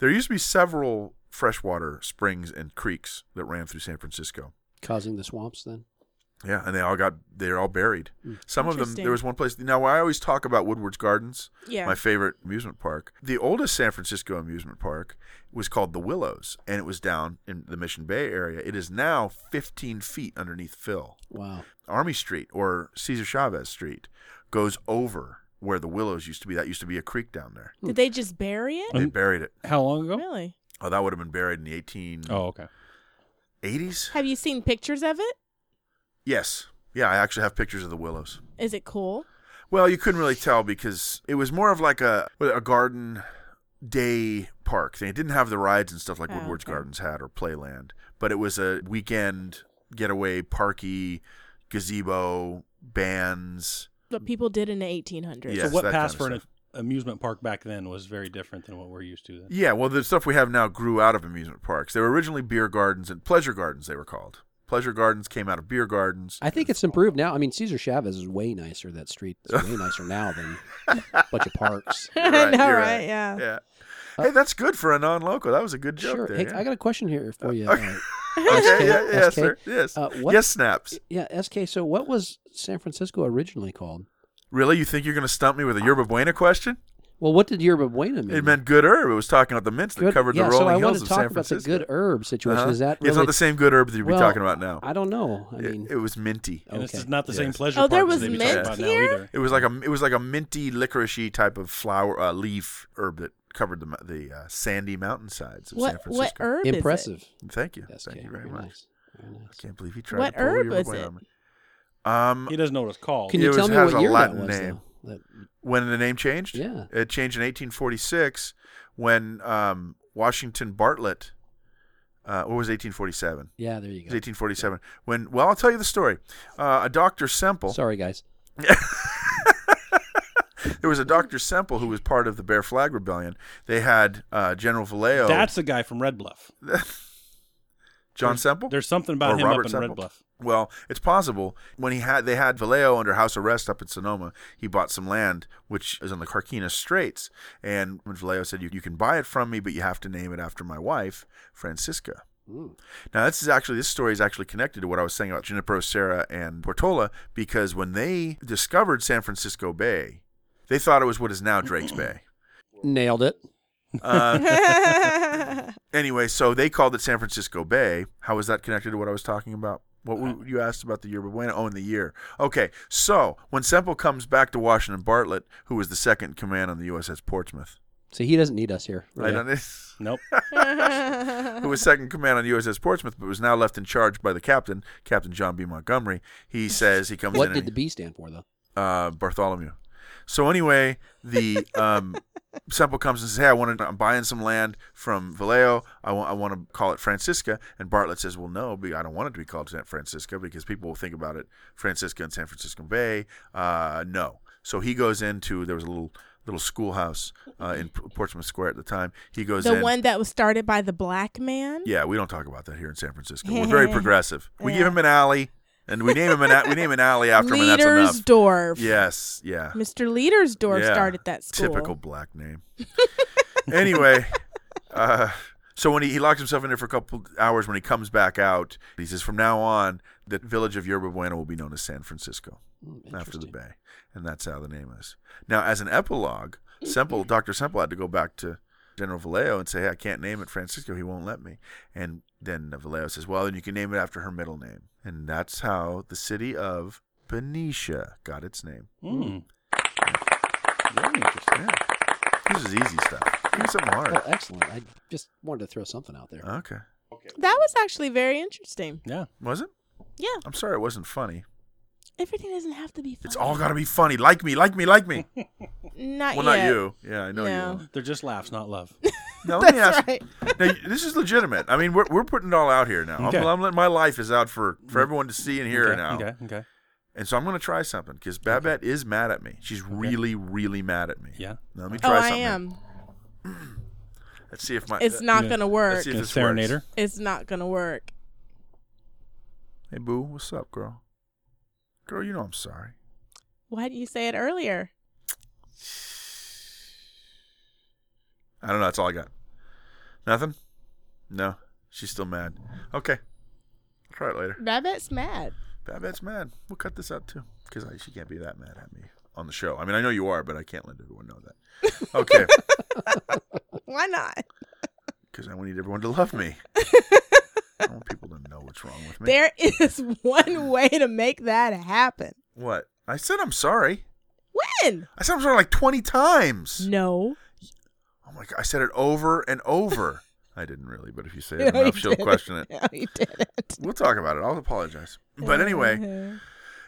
D: There used to be several freshwater springs and creeks that ran through San Francisco.
G: causing the swamps then.
D: Yeah, and they all got they're all buried. Some of them.
F: Hmm. Interesting.
D: There was one place. Now, I always talk about Woodward's Gardens,
F: yeah,
D: my favorite amusement park. The oldest San Francisco amusement park was called the Willows, and it was down in the Mission Bay area. It is now 15 feet underneath Phil.
G: Wow.
D: Army Street or Cesar Chavez Street goes over where the Willows used to be. That used to be a creek down there.
E: Hmm.
F: Did they just bury it?
D: They
E: Um,
D: buried it.
E: How long ago?
F: Really?
D: Oh, that would have been buried in the 1880s.
E: Oh, okay.
F: Have you seen pictures of it?
D: Yes. Yeah, I actually have pictures of the Willows.
F: Is it cool?
D: Well, you couldn't really tell because it was more of like a a garden day park thing. It didn't have the rides and stuff like
F: Oh,
D: Woodward's
F: okay.
D: Gardens had or Playland, but it was a weekend getaway, parky, gazebo, bands.
F: What people did in the 1800s.
D: Yes,
E: so what
D: that
E: passed
D: kind
E: for
D: of
E: an amusement park back then was very different than what we're used to then.
D: Yeah, well, the stuff we have now grew out of amusement parks. They were originally beer gardens and pleasure gardens. They were called pleasure gardens. Came out of beer gardens.
G: I think it's improved now. I mean, Cesar Chavez is way nicer. That street is way nicer now than a bunch of parks.
F: I
D: You're
F: know,
D: you're
F: right? Yeah.
D: Yeah. Hey, that's good for a non-local. That was a good joke
G: Uh, Sure.
D: there.
G: Hey,
D: yeah.
G: I got a question here for you.
D: okay.
G: uh,
D: okay. Yeah,
G: SK.
D: yes, sir. Yes.
G: Uh, what-
D: yes, snaps.
G: yeah, SK. So, what was San Francisco originally called?
D: Really, you think you're going to stump me with a yerba buena question?
G: Well, what did Yerba Buena mean?
D: It meant good herb. It was talking about the mints that
G: Good-
D: covered
G: yeah,
D: the rolling
G: so I want
D: hills
G: to
D: of
G: talk
D: San
G: about
D: Francisco.
G: the good herb situation.
D: Uh-huh.
G: Is that
D: It's
G: really-
D: not the same good herb that you'd be
G: Well,
D: talking about now.
G: I don't know. I
D: It-
G: mean,
D: it was minty.
E: And this
G: Okay.
E: is not the same
D: Yes.
E: pleasure
F: Oh,
E: park
F: there
E: that
F: was
E: they be
D: mint
E: talking about
F: here?
E: now either.
D: It was like a it was like a minty licoricey type of flower uh, leaf herb that covered the mo- the uh, sandy mountainsides of San
F: What
D: Francisco.
F: what herb
G: impressive.
D: Thank you,
G: SK.
D: thank you very, much.
G: Nice. Very nice.
D: I can't believe he tried
F: What
D: to pull
F: herb
D: your
F: is
D: way
F: it?
D: on me. Um,
E: He doesn't know what it's called.
G: Can
D: It
G: you
D: was-
G: tell me
D: has a
G: what year
D: Latin
G: that was?
D: name.
G: Though? That-
D: when the name changed,
G: Yeah.
D: it changed in 1846 when um, Washington Bartlett uh, or was it 1847?
G: Yeah, there you
D: It was
G: go.
D: 1847 when well I'll tell you the story. Uh, a Dr. Semple
G: Sorry, guys.
D: there was a Dr. Semple who was part of the Bear Flag Rebellion. They had uh, General Vallejo.
E: That's the guy from Red Bluff.
D: John Semple.
E: There's something about
D: Or
E: him
D: Robert
E: up in
D: Semple.
E: Red Bluff.
D: Well, it's possible when he had they had Vallejo under house arrest up in Sonoma. He bought some land which is on the Carquinez Straits, and when Vallejo said, you, "You can buy it from me, but you have to name it after my wife, Francisca." Now, this is actually this story is actually connected to what I was saying about Junipero Serra and Portola because when they discovered San Francisco Bay, they thought it was what is now Drake's Bay.
G: Nailed it.
D: Uh, anyway, so they called it San Francisco Bay. How is that connected to what I was talking about? What were, you asked about the year but when? Oh, in the year. Okay, so when Semple comes back to Washington Bartlett, who was the second in command on the USS Portsmouth,
G: See, he doesn't need us here.
D: I don't,
E: Nope.
D: who was second in command on the USS Portsmouth, but was now left in charge by the captain, Captain John B. Montgomery. He says he comes
G: What
D: in.
G: did the
D: and,
G: B stand for, though?
D: uh, Bartholomew. So anyway, the um, Semple comes and says, "Hey, I want to. I'm buying some land from Vallejo. I want. I want to call it Francisca." And Bartlett says, "Well, no, be- I don't want it to be called San Francisco because people will think about it Francisca and San Francisco Bay. Uh, no." So he goes into there was a little little schoolhouse uh, in P- Portsmouth Square at the time. He goes
F: the
D: in.
F: one that was started by the black man.
D: yeah, we don't talk about that here in San Francisco. We're very progressive. We give him an alley, and we name him an a- we name an alley after him, and that's enough.
F: Leadersdorf.
D: Yes, yeah.
F: Mr. Leadersdorf
D: Yeah,
F: started that school.
D: Typical black name. anyway, uh, so when he, he locks himself in there for a couple hours, when he comes back out, he says, "From now on, the village of Yerba Buena will be known as San Francisco after the
G: Interesting.
D: bay," and that's how the name is. Now, as an epilogue, Semple, Doctor Semple had to go back to General Vallejo and say, "Hey, I can't name it Francisco. He won't let me." And then Vallejo says, "Well, then you can name it after her middle name," and that's how the city of Benicia got its name.
E: Mm.
D: Yeah. This is easy stuff. Give me something
G: Oh,
D: hard. Oh,
G: excellent. I just wanted to throw something out there.
D: Okay.
F: That was actually very interesting.
E: Yeah.
D: Was it?
F: Yeah,
D: I'm sorry it wasn't funny.
F: everything doesn't have to be. Funny.
D: It's all got to be funny. Like me, like me, like me.
F: Not
D: well, not
F: yet.
D: you. Yeah, I know
F: No.
D: you. won't.
E: They're just laughs, not love.
D: Now, let me
F: That's
D: ask.
F: right.
D: Now, this is legitimate. I mean, we're, we're putting it all out here now.
E: Okay.
D: I'm, I'm letting my life is out for,
F: Mm.
D: for everyone to see and hear
E: okay,
D: now.
E: Okay. Okay.
D: And so I'm going to try something because Babette is mad at me. She's really, really mad at me.
E: Yeah.
D: Now, let me
F: Oh,
D: try
F: I
D: something.
F: am.
D: Let's see if my.
F: It's
D: uh,
F: not
E: Yeah.
F: gonna
D: let's
F: work.
D: see if
E: Gonna
D: this
E: serenade
D: works.
E: her.
F: It's not gonna work.
D: Hey, boo, what's up, girl? Girl, you know I'm sorry.
F: Why didn't you say it earlier?
D: I don't know. That's all I got. Nothing? No. She's still mad. Okay. Try it later.
F: Babette's mad.
D: Babette's mad. We'll cut this out too. Because she can't be that mad at me on the show. I mean, I know you are, but I can't let everyone know that. Okay.
F: Why not?
D: Because I want need everyone to love me. I want people to know what's wrong with me.
F: There is one way to make that happen.
D: What? I said I'm sorry.
F: When?
D: I said I'm sorry like 20 times.
F: No.
D: Oh my God. I said it over and over. I didn't really, but if you say it
F: No, you
D: enough, she'll
F: didn't.
D: question it.
F: No, you didn't.
D: We'll talk about it. I'll apologize. But anyway.
F: Uh-huh.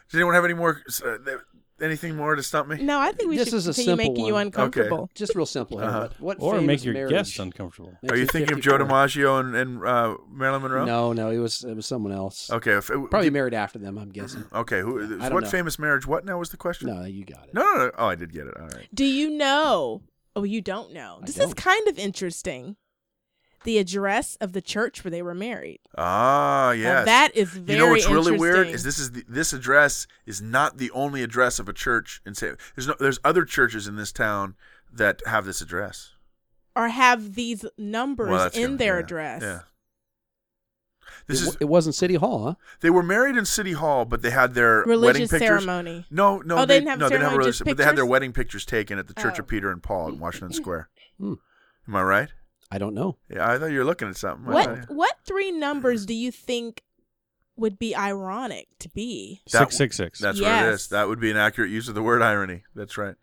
D: Does anyone have any more? Uh, th- anything more to stump me?
F: no, I think we
G: This
F: should
G: is a
F: continue
G: simple
F: making you
G: one. Okay.
F: uncomfortable.
G: Just real simple. Henry.
D: Uh-huh.
G: What, what
E: Or
G: famous
E: make your
G: marriage
E: guests uncomfortable.
G: makes
D: Are you
G: it
D: thinking of Joe
G: 54?
D: DiMaggio and, and uh, Marilyn Monroe?
G: No, no, it was it was someone else.
D: Okay. If, it-
G: Probably married after them, I'm guessing.
D: Okay. Who?
G: I don't
D: What
G: know.
D: famous marriage? What now was the question?
G: No, you got it.
D: No, no, no. Oh, I did get it. All right.
F: Do you know? Oh, you don't know.
G: I
F: This is
G: don't.
F: kind of interesting. The address of the church where they were married.
D: Ah,
F: Now,
D: yes.
F: that is very
D: you know what's really weird
F: interesting.
D: is this is the, this address is not the only address of a church in San. There's no, there's other churches in this town that have this address.
F: or have these numbers
D: Well, that's
F: in
D: gonna-
F: their
D: yeah,
F: address.
D: Yeah. This
G: it,
D: is.
G: wa- it wasn't City Hall, huh?
D: they were married in City Hall, but they had their wedding
F: Religious
D: pictures.
F: ceremony.
D: No, no,
F: Oh, they
D: they,
F: didn't have
D: no, they didn't have
F: ceremony,
D: religious,
F: just
D: but they had their
F: pictures?
D: wedding pictures taken at the Church
F: Oh.
D: of Peter and Paul in Washington Square.
G: Hmm.
D: Am I right?
G: I don't know.
D: Yeah, I thought you were looking at something. I
F: What
D: thought-
F: what three numbers do you think would be ironic to be?
D: That-
E: Six six six.
D: That's what it
F: Yes.
D: is. That would be an accurate use of the word irony. That's right.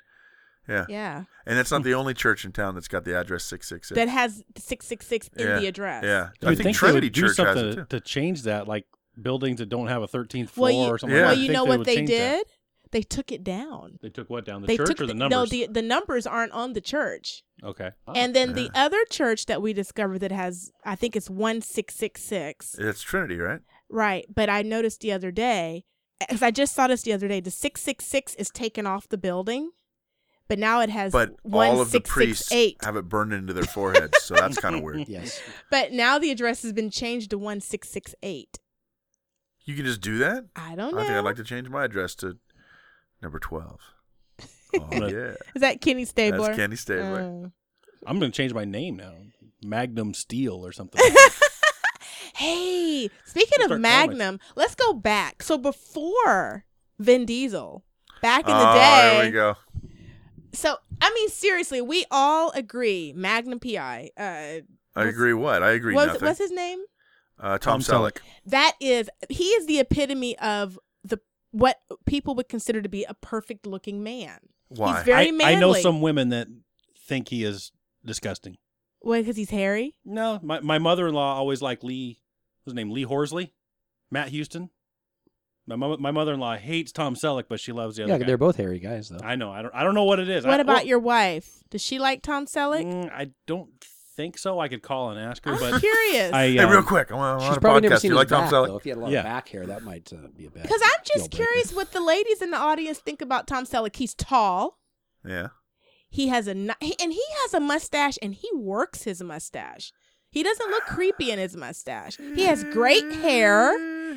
D: Yeah,
F: Yeah.
D: and that's not the only church in town that's got the address six six six.
F: That has six six six in
D: yeah.
F: the address.
D: Yeah,
E: You
D: I
E: would
D: think,
E: think they
D: Trinity
E: would do
D: Church has
E: something
D: it
E: to,
D: too.
E: to change that, like buildings that don't have a 13th floor
F: Well, you,
E: or something.
D: Yeah.
E: like
F: well,
E: that. I
F: you
E: think
F: know
E: they
F: what
E: would
F: they
E: change that.
F: did? They took it down.
E: They took what down? The
F: they
E: church
F: took
E: or the,
F: no
E: numbers? Oh.
F: the the numbers aren't on the church.
E: okay.
F: And then the other church that we discovered that has I think it's one six six six.
D: It's Trinity, right?
F: Right. But I noticed the other day, because I just saw this the other day, the 666 is taken off the building, but now it has
D: But all of the priests
F: 1668.
D: have it burned into their foreheads, so that's kind of weird.
G: Yes.
F: But now the address has been changed to 1668.
D: You can just do that.
F: I don't know.
D: I think I'd like to change my address to number twelve. Oh
E: Right.
D: yeah,
F: Is that Kenny Stabler?
D: that's Candy Stabler.
F: Oh.
E: I'm going to change my name now. Magnum Steel or something.
F: Hey, speaking
E: Start
F: of
E: calling.
F: Magnum, let's go back. So before Vin Diesel, back in the
D: oh,
F: day,
D: there we go.
F: so I mean seriously, we all agree Magnum PI. Uh,
D: I
F: What's-
D: agree. What I agree.
F: was
D: nothing.
F: what's his name?
D: uh,
E: Tom
D: Tom, Selleck.
F: that is he is the epitome of the what people would consider to be a perfect looking man.
D: Why?
F: He's very
E: I,
F: manly.
E: I know some women that think he is disgusting.
F: Well, because he's hairy.
E: No, my, my mother in law always liked Lee. What's his name? Lee Horsley, Matt Houston. My mom, my mother in law hates Tom Selleck, but she loves the other
G: Yeah,
E: guy.
G: they're both hairy guys though.
E: I know. I don't. I don't know what it is.
F: What
E: I,
F: about
E: well,
F: your wife? Does she like Tom Selleck?
E: mm, I don't think so. I could call and ask her,
F: I'm
E: but
F: curious.
E: I.
D: Hey,
E: um,
D: real quick, I want
G: She's
D: on a
G: probably never
D: podcast.
G: seen
D: You
G: his
D: like Tom
G: back, though.
D: Selleck?
G: If he had a lot
E: Yeah.
G: of back hair, that might uh, be a bad.
F: Because I'm
G: deal
F: just
G: breaker.
F: curious what the ladies in the audience think about Tom Selleck. He's tall.
D: Yeah.
F: He has a ni- he- and he has a mustache and he works his mustache. He doesn't look creepy in his mustache. He has great hair.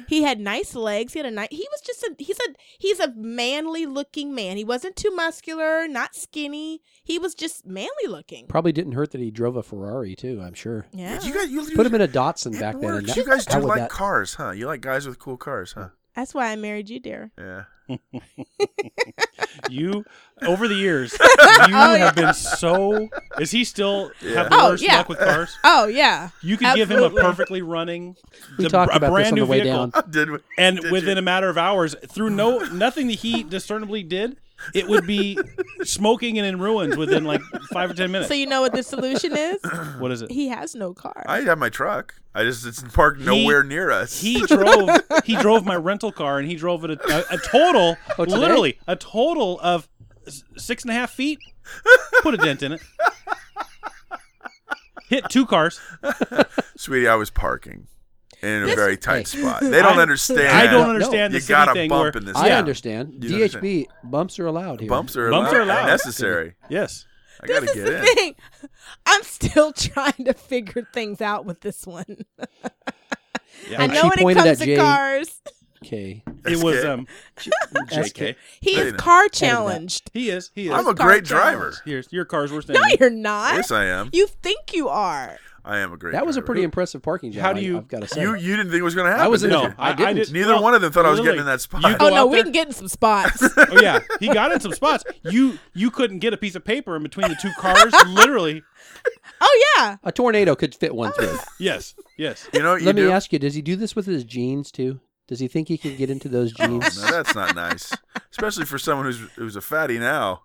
F: He had nice legs. He had a nice. He was just a. He's a. He's a manly looking man. He wasn't too muscular, not skinny. He was just manly looking.
G: Probably didn't hurt that he drove a Ferrari too. I'm sure.
F: Yeah.
D: You guys, you,
G: Put him in a Datsun
D: it
G: back then. and
D: works.
G: that-
D: you guys
G: how
D: do
G: would
D: like
G: that-
D: cars, huh? You like guys with cool cars, huh?
F: That's why I married you, dear.
D: Yeah.
E: you over the years, you have been so. Is he still have the
F: Oh,
E: worst
F: yeah.
E: luck with cars?
F: Oh yeah.
E: You could give him a
F: Absolutely.
E: perfectly running,
G: We
E: the-
G: talked
E: a
G: about
E: brand
G: this on
E: new
G: the way
E: vehicle,
G: down.
D: Did we?
E: and
D: did
E: within
D: you?
E: a matter of hours, through no nothing that he discernibly did, it would be smoking and in ruins within like five or ten minutes.
F: So you know what the solution is?
E: what is it?
F: He has no car.
D: I have my truck. I just it's parked nowhere near us.
E: He drove. he drove my rental car, and he drove it a, a, a total,
G: Oh, today?
E: literally a total of s- six and a half feet. Put a dent in it. Hit two cars.
D: sweetie, I was parking in a
F: This-
D: very tight
G: Hey.
D: spot. They don't
E: I-
D: understand.
E: I don't
G: No,
E: understand
D: You
E: this
D: got a
E: thing
D: bump
E: where,
D: in this
G: I
D: Yeah.
G: understand.
D: You
G: DHB bumps are allowed here.
D: Bumps are
E: Bumps
D: allowed.
E: are allowed.
D: Necessary.
E: Yes.
D: I
F: this
D: gotta
F: is
D: get
F: the
D: in.
F: thing. I'm still trying to figure things out with this one.
E: Yeah.
F: I
G: And
F: know
G: she
F: when it
G: pointed
F: comes
G: at
F: to
G: Jay-
F: cars,
G: Okay.
E: It was
D: SK.
E: um.
G: SK.
E: JK.
F: he
D: Hey,
F: is
D: now.
F: car challenged.
E: He is. He is.
D: I'm a
F: car
D: great
F: challenge.
D: driver.
E: Here's your car's worse than.
F: No, you're not.
D: Yes, I am.
F: You think you are.
D: I am a great.
G: That was a
D: driver.
G: pretty impressive parking job.
E: How
G: How
E: do
G: do
E: you-
G: I, have got to say.
D: You you didn't think it was gonna happen.
G: I was
D: did
E: no,
D: you?
E: I, I
G: didn't.
E: didn't.
D: Neither
E: Well,
D: one of them thought I was getting
E: literally,
D: in that spot.
E: you go
F: Oh no,
E: out
F: we
E: there-
F: can get in some spots.
E: Oh yeah, he got in some spots. You you couldn't get a piece of paper in between the two cars. literally.
F: oh yeah.
G: a tornado could fit one through.
E: Yes. Yes.
D: You know what you
G: Let me
D: do?
G: ask you: Does he do this with his jeans too? Does he think he can get into those
D: Oh,
G: jeans?
D: No, that's not nice, especially for someone who's who's a fatty now.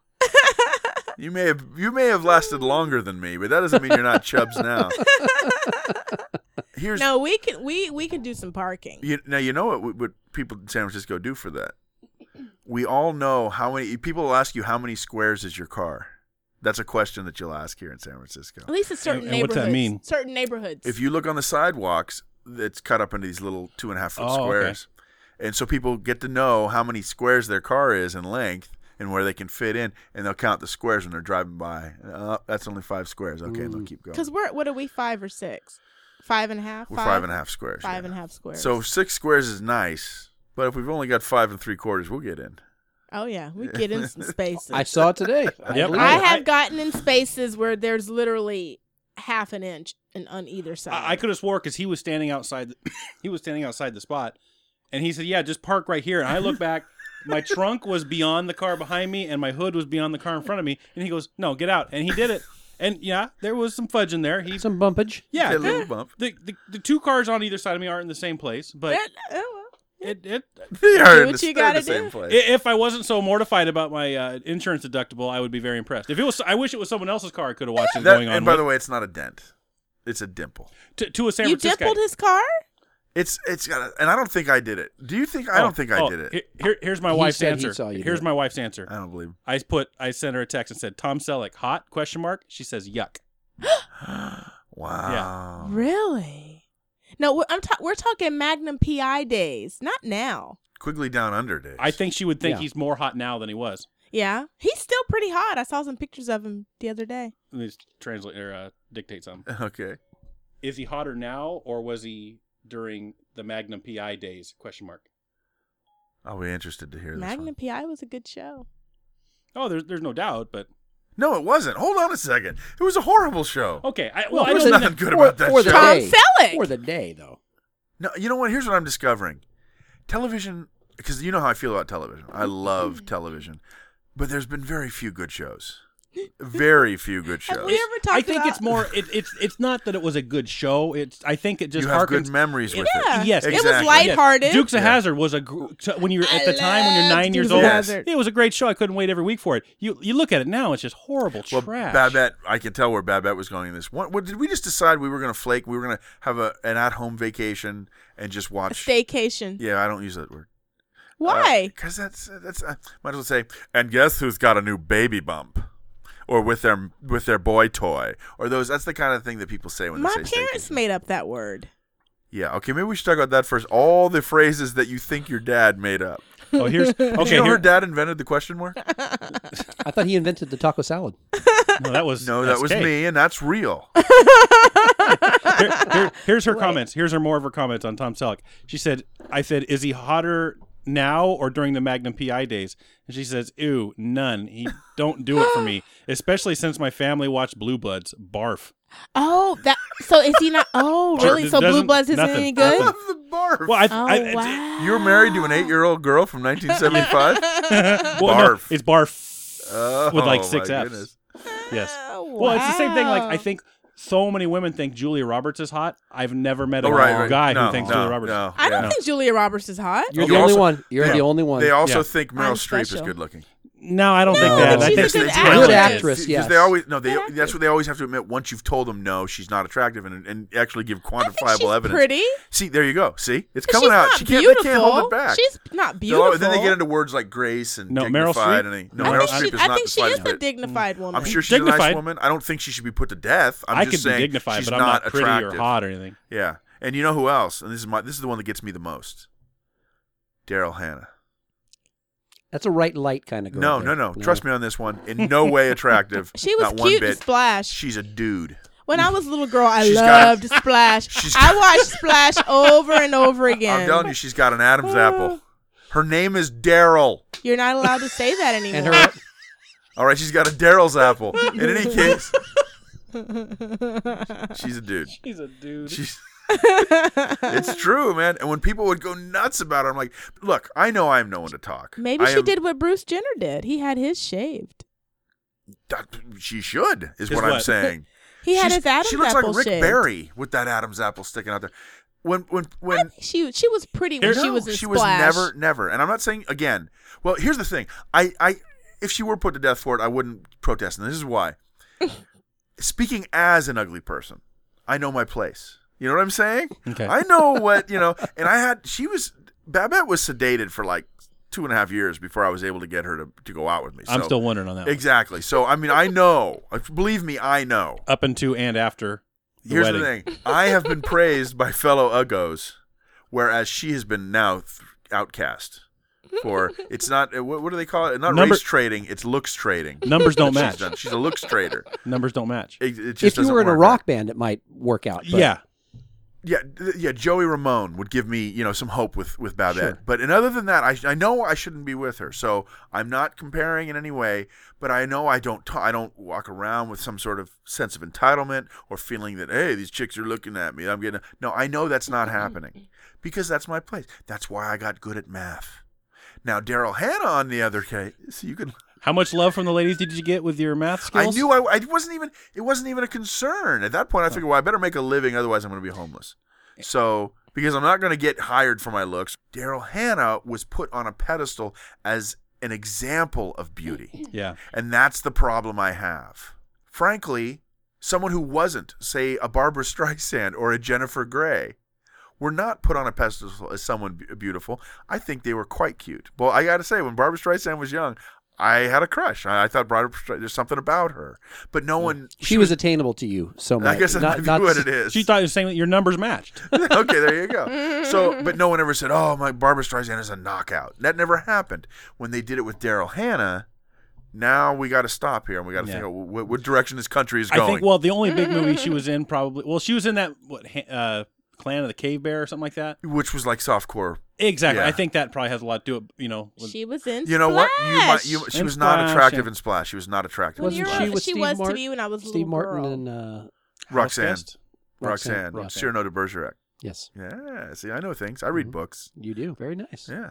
D: You may have you may have lasted longer than me, but that doesn't mean you're not chubs now. Here's
F: No, we can we we can do some parking.
D: You, now you know what what people in San Francisco do for that. We all know how many people will ask you how many squares is your car. That's a question that you'll ask here in San Francisco.
F: At least in certain
E: And- and what's
F: neighborhoods.
E: that mean?
F: Certain neighborhoods.
D: If you look on the sidewalks, it's cut up into these little two and a half foot
E: Oh, okay.
D: squares, and so people get to know how many squares their car is in length and where they can fit in, and they'll count the squares when they're driving by. Uh, that's only five squares. Okay, and they'll keep going.
F: Because we're what are we five or six? Five and a half?
D: We're five and a half squares.
F: Five
D: yeah.
F: and a half squares.
D: So six squares is nice, but if we've only got five and three quarters, we'll get in.
F: Oh yeah, we get in some spaces.
G: I saw it today. I
E: Yep.
G: believe
F: I
G: it.
F: have gotten in spaces where there's literally half an inch and on either side.
E: I, I could have swore because he was standing outside. The, he was standing outside the spot, and he said, "Yeah, just park right here." And I look back. My trunk was beyond the car behind me, and my hood was beyond the car in front of me. And he goes, "No, get out!" And he did it. And yeah, there was some fudge in there. He,
G: some bumpage.
E: yeah,
D: Get a little bump.
E: the, the the two cars on either side of me aren't in the same place, but
F: oh,
E: it it,
D: They are in
F: what
D: the,
F: you
D: they're in
F: gotta
D: the same
F: do.
E: i
D: place.
E: if I wasn't so mortified about my uh, insurance deductible, I would be very impressed. If it was, I wish it was someone else's car. I could have watched it
D: That-
E: going on.
D: and by
E: with-
D: the way, it's not a dent; it's a dimple.
E: to, to a San
F: you
E: Francisco.
F: dimpled his car?
D: It's it's got, and I don't think I did it. Do you think I
E: Oh,
D: don't think I
E: oh,
D: did it?
E: Here, here- here's my
G: He
E: wife's
G: said he
E: answer.
G: saw you do
E: Here's
G: it.
E: my wife's answer.
D: I don't believe.
E: I put I sent her a text and said Tom Selleck hot question mark. She says yuck.
D: Wow.
F: Really? No, we're, I'm ta- we're talking Magnum PI days, not now.
D: Quigley down under days.
E: I think she would think
G: Yeah.
E: he's more hot now than he was.
F: Yeah, he's still pretty hot. I saw some pictures of him the other day.
E: Let me just translate or uh, dictate something.
D: Okay.
E: Is he hotter now or was he during the Magnum PI days? Question mark.
D: I'll be interested to hear this.
F: Magnum
D: one.
F: PI was a good show.
E: Oh, there's there's no doubt, but
D: No, it wasn't. Hold on a second. It was a horrible show.
E: okay. I, well, I don't
G: Well,
D: There's
G: listen,
E: know.
D: nothing good
G: for-
D: about that
G: for the
D: show.
F: Tom
G: day.
F: Selleck!
G: For the day, though.
D: No, you know what? Here's what I'm discovering. Television, because you know how I feel about television. I love television, but there's been very few good shows. Very few good
F: Have
D: shows.
F: we ever talked
E: I think
F: about-
E: it's more. It, it's it's not that it was a good show. It's I think it just
D: you have
E: harkens.
D: good memories with
F: Yeah.
D: it.
E: Yes,
F: it was
D: exactly.
E: Yeah,
F: lighthearted.
E: Dukes of
D: Yeah.
E: Hazard was a gr- t- when you were
F: I
E: at the time when you're
F: loved
E: nine years
F: Dukes of
E: old.
F: Hazzard.
E: It was a great show. I couldn't wait every week for it. You you look at it now, it's just horrible
D: Well,
E: trash.
D: Babette, I can tell where Babette was going in this. What, what did we just decide we were going to flake? We were going to have a an at home vacation and just
F: A
D: watch.
F: staycation.
D: Yeah, uh, I don't use that word.
F: Why?
D: Because that's that's uh, might as well say. And guess who's got a new baby bump, or with their with their boy toy, or those. That's the kind of thing that people say when
F: My
D: they say.
F: parents
D: staycation.
F: made up that word.
D: Yeah. Okay. Maybe we should talk about that first. All the phrases that you think your dad made up.
E: oh, here's
D: Okay. You
E: okay.
D: know her
E: Here,
D: dad invented the question mark.
G: I thought he invented the taco salad.
E: no, that was
D: No, that was
E: SK.
D: me, and that's real.
E: Here- here- here's her comments. Here's her more of her comments on Tom Selleck. She said, "I said, is he hotter now or during the Magnum PI days?" And she says, "Ew, none. He don't do it for me, especially since my family watched Blue Bloods. Barf."
F: Oh, that. So is he not? Oh,
E: Sure,
F: really? So Blue
E: doesn't-
F: Bloods isn't
E: nothing,
F: any
D: I
F: good?
D: love the barf.
E: Well, I,
F: Oh
E: I,
F: wow!
D: you were married to an eight-year-old girl from 1975.
E: well, no,
D: Barf.
E: it's barf.
D: oh,
E: With like
D: my
E: six Fs.
D: goodness.
E: Yes.
F: Oh,
E: Well, it's the same thing. Like
F: wow.
E: I think so many women think Julia Roberts is hot. I've never met a
D: Oh, right, right.
E: guy
D: no,
E: who thinks
D: no,
E: Julia Roberts.
D: No,
F: I don't
D: yeah.
F: think Julia Roberts is hot.
G: You're
D: You
G: the only
D: Oh, also-
G: one. You're
D: yeah.
G: the only one.
D: They also
E: Yeah.
D: think Meryl
F: I'm
D: Streep is
F: special.
D: good looking.
E: No, I don't think
F: No,
E: that.
F: but
E: I
F: she's
E: think
F: a good
E: Nancy
F: actress.
E: Allen
G: Good
E: is.
G: actress.
D: Because
G: yes.
D: they always no, they
F: Good actress.
D: that's what they always have to admit once you've told them no, she's not attractive and, and actually give
F: I think she's
D: quantifiable evidence.
F: pretty.
D: See, there you go. See, it's
F: but
D: coming
F: she's
D: out.
F: Not
D: She can't.
F: Beautiful.
D: They can't hold it back.
F: She's not
D: They'll
F: beautiful.
D: always- then they get into words like grace and
E: No, Meryl
D: dignified.
E: Streep?
D: And they,
E: No,
D: no,
F: I
D: Meryl
F: think
E: I'm-
D: Streep
F: she,
D: is
F: I
D: not
F: think she
D: the
F: is
D: slightest
F: a
D: bit.
F: dignified woman.
D: I'm sure she's a nice
E: Dignified.
D: woman. I don't think she should be put to death. I'm
E: I
D: just
E: could be
D: saying
E: dignified,
D: she's
E: but I'm not, pretty
D: attractive.
E: or hot or anything.
D: Yeah, and you know who else? And this is my this is the one that gets me the most. Daryl Hannah.
G: That's a right light kind of girl.
D: No,
G: there.
D: no, no. Trust me on this one. In no way attractive.
F: She was
D: not
F: cute
D: one
F: in
D: bit.
F: Splash.
D: She's a dude.
F: When I was a little girl, I
D: She's got
F: loved Splash.
D: she's
F: I
D: got-
F: watched Splash over and over again.
D: I'm telling you, she's got an Adam's
F: Ah.
D: apple. Her name is Daryl.
F: You're not allowed to say that anymore.
G: And her
D: All right, she's got a Daryl's apple. In any case, she's a dude.
E: She's a dude.
D: She's, it's true, man. And when people would go nuts about her, I'm like, look, I know I'm no one to talk.
F: Maybe
D: I
F: she
D: am-
F: did what Bruce Jenner did. He had his shaved.
D: that- She should,
E: Is
D: is, what, I'm
E: what?
D: saying.
F: He had
D: She's-
F: his Adam's
D: She looks
F: apple
D: like Rick
F: shaved.
D: Barry with that Adam's apple sticking out there. When when
F: I
D: when
F: think She she was pretty when
E: Here-
F: she
D: No,
F: was in
D: she
F: Splash.
D: was never never and i'm not saying again well here's the thing i i if she were put to death for it i wouldn't protest and this is why speaking as an ugly person i know my place you know what i'm saying
E: Okay.
D: i know what you know and i had she was babette was sedated for like two and a half years before i was able to get her to, to go out with me
E: I'm
D: So-
E: still wondering on that. one.
D: exactly so i mean i know believe me i know
E: Up into and after the
D: Here's
E: wedding.
D: the thing: I have been praised by fellow Uggos, whereas she has been now th- outcast. For it's not uh, what, what do they call it? Not
E: Number-
D: race trading; it's looks trading.
E: Numbers don't
D: She's
E: match.
D: done- She's a looks trader.
E: Numbers don't match.
D: It, it just
G: if you
D: doesn't
G: were in a
D: work
G: rock
D: out.
G: band, it might work out. but-
E: yeah.
D: yeah, th- yeah. Joey Ramone would give me you know some hope with with Babette,
G: Sure.
D: but and other than that, I I know I shouldn't be with her, so I'm not comparing in any way. But I know I don't ta- I don't walk around with some sort of sense of entitlement or feeling that hey these chicks are looking at me. I'm getting no. I know that's not happening because that's my place. That's why I got good at math. Now Daryl Hannah on the other case, you can
E: How much love from the ladies did you get with your math
D: I
E: skills?
D: knew I, I wasn't even it wasn't even a concern at that point. I figured, well, I better make a living, otherwise I'm going to be homeless. So because I'm not going to get hired for my looks, Daryl Hannah was put on a pedestal as an example of beauty,
E: Yeah.
D: and that's the problem I have. Frankly, someone who wasn't, say, a Barbara Streisand or a Jennifer Grey, were not put on a pedestal as someone be- beautiful. I think they were quite cute. Well, I got to say, when Barbara Streisand was young, I had a crush. I, I thought Barbara Streisand, there's something about her, but no one.
G: She was attainable to you so much.
D: I guess that
G: not,
D: might be
G: not-
D: what it is.
E: She thought you were saying that your numbers matched.
D: okay, there you go. So, but no one ever said, "Oh, my Barbara Streisand is a knockout." That never happened. When they did it with Daryl Hannah, now we got to stop here and we got to
E: Yeah.
D: think, of what, what direction this country is going?
E: I think. Well, the only big movie she was in probably. Well, she was in that what ha- uh, Clan of the Cave Bear or something like that.
D: which was like softcore.
E: Exactly.
D: Yeah.
E: I think that probably has a lot to do. with, You know. with-
F: She was in.
D: You know what? You, might,
F: Splash.
D: you she
E: In
D: was not
E: Splash,
D: attractive
E: yeah.
D: in Splash. She was not attractive.
F: Well,
D: in
F: you're
G: Wasn't
D: Splash.
G: she
F: right.
G: with
F: She
G: Steve
F: was to
G: Martin?
F: me when I was a
G: Steve
F: little
G: Martin
F: girl.
G: and uh,
D: Roxanne,
E: Houseguest?
D: Roxanne,
G: Roxanne,
D: Roxanne,
G: Roxanne.
D: Cyrano de Bergerac.
G: yes,
D: Yeah, see, I know things. I read
G: Mhm.
D: books.
G: you do. Very nice.
D: Yeah,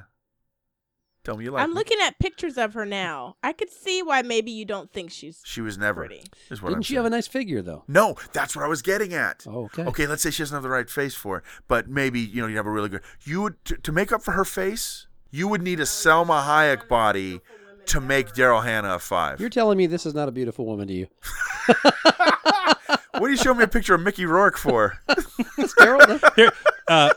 D: tell me you like.
F: I'm
D: me.
F: looking at pictures of her now. I could see why maybe you don't think she's
D: She was never.
F: pretty.
D: Is what
G: Didn't
D: I'm
G: she
D: saying.
G: have a nice figure though?
D: No, that's what I was getting at.
G: Oh, okay.
D: Okay, let's say she doesn't have the right face for it, but maybe you know you have a really good. You would to, to make up for her face, you would need a Selma Hayek body to make Daryl Hannah a 5
G: You're telling me this is not a beautiful woman to you?
D: what are you showing me a picture of Mickey Rourke for?
G: It's Daryl.
E: Here, uh,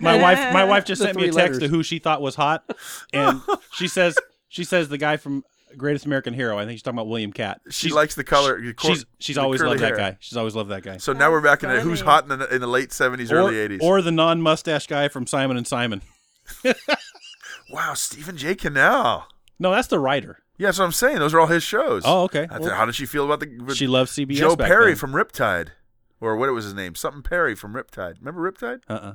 E: my wife, my wife just
G: The
E: sent me a
G: three
E: text
G: letters.
E: of who she thought was hot, and she says she says the guy from Greatest American Hero. I think she's talking about William Cat.
D: She likes the color. the cor-
E: She's she's
D: the
E: always
D: curly
E: loved that
D: hair.
E: guy. She's always loved that guy.
D: So now we're back in the who's
F: funny.
D: hot in the, in the late seventies,
E: or,
D: early eighties.
E: or the non-mustache guy from Simon and Simon.
D: Wow, Stephen J. Canal.
E: No, that's the writer.
D: Yeah, that's what I'm saying. Those are all his shows.
E: Oh, okay.
D: I
E: Well,
D: thought, how did she feel about the with
E: she loves CBS.
D: Joe
E: back
D: Perry
E: then.
D: from Riptide, or what was his name? Something Perry from Riptide. Remember Riptide?
E: Uh-uh.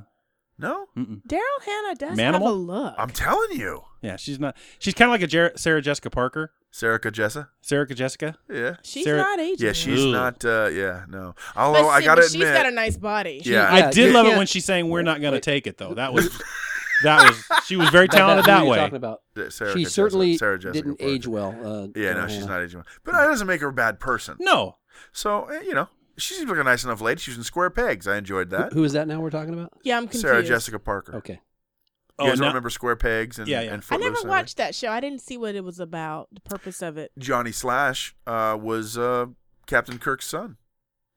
D: No,
E: Mm-mm.
F: Daryl Hannah does have a
E: Manimal?
F: look.
D: I'm telling you,
E: Yeah, she's not. She's kind of like a Jer- Sarah Jessica Parker.
D: Sarah Jessa.
E: Sarah Jessica.
D: Yeah.
F: she's
E: Sarah-
F: not aging.
D: Yeah, she's
E: Ooh.
D: not. Uh, yeah, no.
F: But
D: Although Oh, I
F: see,
D: gotta
F: but
D: admit,
F: she's got a nice body.
D: yeah,
G: Yeah,
E: I did
G: you
E: love it
G: can't-
E: when she's saying we're not gonna take it though. That was that was she was very talented
G: that's
E: that,
G: who you're
E: way.
G: Talking about.
D: Th- Sarah
G: she
D: Jessica-
G: certainly
D: Sarah Jessica
G: didn't
D: Parker.
G: age well. Uh,
D: Yeah, no,
G: Daryl
D: she's
E: Oh.
G: Hannah.
D: not aging well, but that doesn't make her a bad person.
E: No,
D: So eh, you know, she seems like a nice enough lady. She was in Square Pegs. I enjoyed that.
G: Who, who is that now? We're talking about.
F: Yeah, I'm confused.
D: Sarah Jessica Parker.
G: Okay.
E: Oh,
D: You guys don't
E: now-
D: remember Square Pegs and,
E: Yeah, yeah.
D: and
F: I
D: Footloose?
F: never
D: and
F: watched that show. I didn't see what it was about, the purpose of it.
D: everything? Johnny Slash uh, was uh, Captain Kirk's son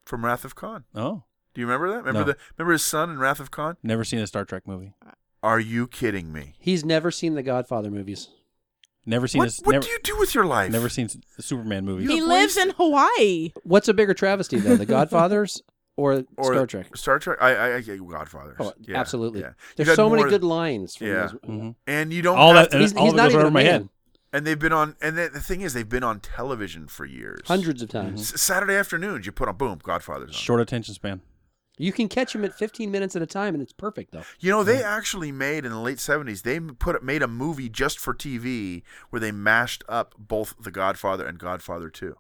D: from Wrath of Khan.
E: Oh,
D: Do you remember that? Remember
E: No.
D: the remember his son in Wrath of Khan?
E: never seen a Star Trek movie.
D: Are you kidding me?
G: He's never seen the Godfather movies.
E: Never seen.
D: What,
E: this,
D: what
E: never,
D: do you do with your life?
E: Never seen s- the Superman movies.
D: You
F: He
D: have
F: lives
D: wasted-
F: in Hawaii.
G: What's a bigger travesty though, the Godfathers or,
D: or
G: Star Trek?
D: Star Trek. I, I, I Godfather.
G: Oh, absolutely.
D: Yeah. You
G: There's
D: got
G: so many
D: more-
G: good lines. From
D: Yeah.
G: Those.
E: Mhm.
D: and you don't
E: All that-
D: have to-
E: And
G: He's,
E: all
G: he's
E: of it
G: not
E: goes
G: even
E: over
G: a
E: my
G: man.
E: head.
D: and they've been on and the, the thing is they've been on television for years
G: Hundreds Mm-hmm. of times.
D: S- saturday afternoons you put on boom godfather's on
E: Short attention span. Mm-hmm.
G: You can catch him at 15 minutes at a time, and it's perfect though.
D: you know
G: Mm-hmm.
D: they actually made in the late 70s they put made a movie just for tv where they mashed up both the godfather and godfather 2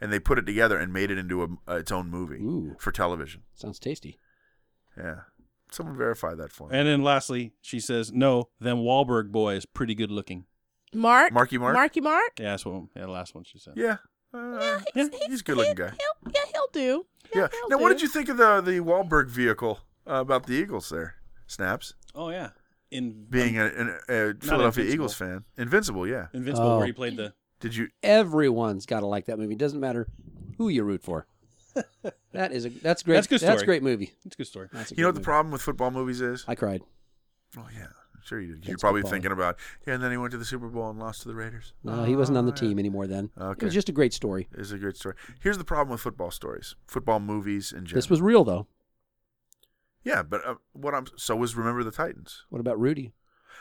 D: and they put it together and made it into a, uh, its own movie
G: Ooh.
D: for television
G: Sounds tasty.
D: yeah someone verify that for me
E: And then lastly, she says, "No, them Wahlberg boy is pretty good looking."
F: Mark.
D: Marky Mark?
F: Marky Mark.
E: Yeah, that's what. Yeah, the last one she said.
D: yeah uh,
F: Yeah,
D: he's, a good looking guy.
F: He'll, yeah, he'll do.
D: Yeah.
F: he'll
D: Now, what
F: do.
D: did you think of the the Wahlberg vehicle uh, about the Eagles there? Snaps
E: Oh yeah, in
D: being a, an- a Philadelphia
E: Invincible.
D: Eagles fan, Invincible. Yeah.
E: Invincible,
G: Oh.
E: where he played the
D: Did you
G: Everyone's got to like that movie. Doesn't matter who you root for. That is a that's great.
E: That's a good
G: That's
E: story.
G: a great movie.
E: It's a good story.
G: That's a
D: You know
G: great
D: what the
G: movie.
D: problem with football movies is?
G: I cried.
D: Oh yeah, sure you did. You're
G: It's
D: probably
G: football.
D: thinking about. Yeah, and then he went to the Super Bowl and lost to the Raiders.
G: No, he wasn't on the team anymore then. It
D: Uh, Okay.
G: was just a great story.
D: It's a good story. Here's the problem with football stories, football movies in general.
G: This was real though.
D: yeah, but uh, what I'm so was Remember the Titans.
G: What about Rudy?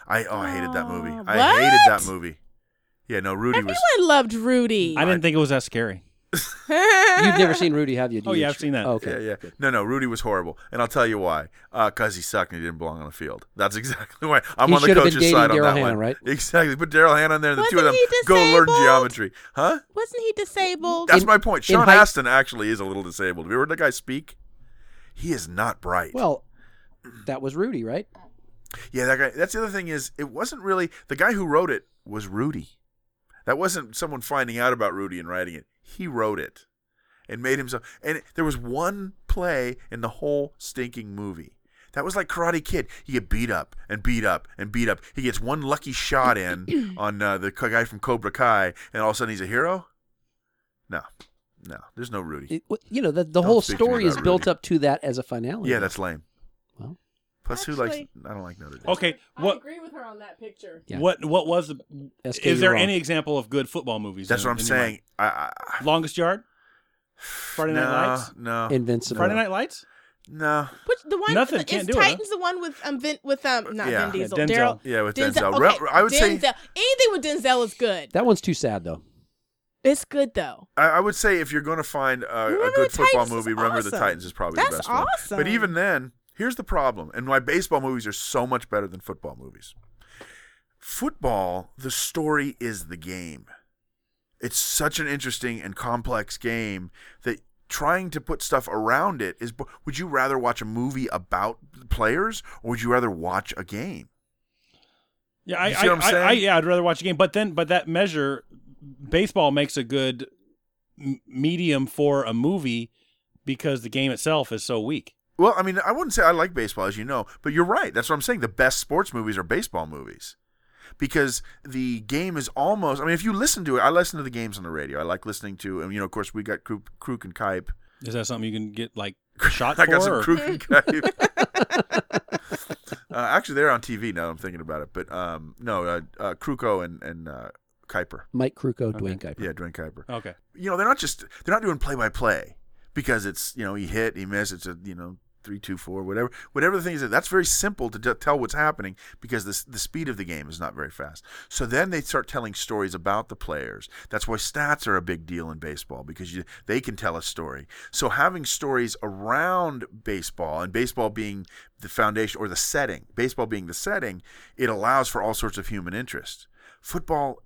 D: I oh I hated that
F: Aw,
D: movie. I hated that
F: what?
D: movie. Yeah, no, Rudy
F: Everyone
D: was.
F: loved Rudy.
E: I didn't think it was that scary.
G: You've never seen Rudy, have you? Do
E: Oh,
G: you?
E: yeah, I've seen that.
G: Okay.
D: Yeah, yeah. No, no, Rudy was horrible, and I'll tell you why. Because he sucked and he didn't belong on the field. That's exactly why. I'm
G: He
D: on the
G: should have
D: coach's
G: been dating
D: side on
G: Daryl
D: that
G: Hannah,
D: one.
G: right?
D: Exactly. Put Daryl Hannah in there, and the two of them
F: Wasn't he
D: go learn
F: disabled?
D: geometry, huh?
F: Wasn't he disabled?
D: That's
G: In-
D: my point.
G: in
D: Sean
G: height-
D: Astin actually is a little disabled. Have you heard that guy speak? He is not bright.
G: Well, that was Rudy, right?
D: yeah, that guy. That's the other thing is it wasn't really the guy who wrote it was Rudy. That wasn't someone finding out about Rudy and writing it. He wrote it and made himself. And it- there was one play in the whole stinking movie. That was like Karate Kid. He get beat up and beat up and beat up. He gets one lucky shot in on uh, the guy from Cobra Kai, and all of a sudden he's a hero. No, no, there's no Rudy.
G: It, w- you know, the, the
D: Don't
G: whole
D: speak to me
G: story is
D: about
G: built
D: Rudy.
G: up to that as a finality.
D: Yeah, that's lame.
G: Well,
D: Plus, who likes?
F: Actually-
D: I don't like Notre Dame.
E: Okay,
H: I
E: what
H: agree with her on that picture.
G: Yeah.
E: what what was the?
G: SK,
E: is there
G: you're wrong.
E: any example of good football movies?
D: That's
E: in-
D: what I'm
E: in your mind?
D: saying. I, I, I-
E: Longest Yard, Friday Night
D: no,
E: Lights,
D: No,
G: Invincible?
E: Friday Night Lights.
D: no.
F: Which the one
E: Nothing,
F: the-
E: can't
F: is
E: do it, huh?
F: Titans the one with um Vin, with um not
D: Yeah.
F: Vin
E: Yeah,
F: Diesel,
E: Denzel.
F: Daryl
D: Yeah, with
F: Denzel.
D: Denzel.
F: Okay.
D: Re- I would say
F: Denzel. anything with Denzel is good.
G: That one's too sad though.
F: It's good though.
D: I, I would say if you're going to find a, a
F: Remember
D: good
F: the
D: football
F: Titans is
D: movie, Remember the
F: awesome.
D: Titans is probably the
F: That's
D: best one. But
F: awesome.
D: even then, here's the problem, and why baseball movies are so much better than football movies. Football, the story is the game. It's such an interesting and complex game that trying to put stuff around it is. bo- Would you rather watch a movie about players, or would you rather watch a game?
E: Yeah, I,
D: You see
E: I,
D: what I'm
E: I- I-
D: saying?
E: yeah, I'd rather watch a game. But then, but that measure, baseball makes a good m- medium for a movie because the game itself is so weak.
D: Well, I mean, I wouldn't say I like baseball, as you know, but you're right. That's what I'm saying. The best sports movies are baseball movies because the game is almost. I mean, if you listen to it, I listen to the games on the radio. I like listening to, and you know, of course, we got Kruk, Kruk and Kipe.
E: Is that something you can get like shot
D: I
E: for?
D: got some
E: or-
D: Kruk and Kipe. uh, actually, they're on TV now. that I'm thinking about it, but um, no, uh, uh, Kruko and and uh, Kuiper.
G: Mike Kruko, Dwayne Kuiper.
D: Yeah, Dwayne Kuiper.
E: Okay.
D: you know they're not just they're not doing play by play because it's you know he hit he missed it's a you know three two four whatever whatever the thing is that's very simple to d- tell what's happening because the s- the speed of the game is not very fast so then they start telling stories about the players that's why stats are a big deal in baseball because you, they can tell a story so having stories around baseball and baseball being the foundation or the setting baseball being the setting it allows for all sorts of human interest football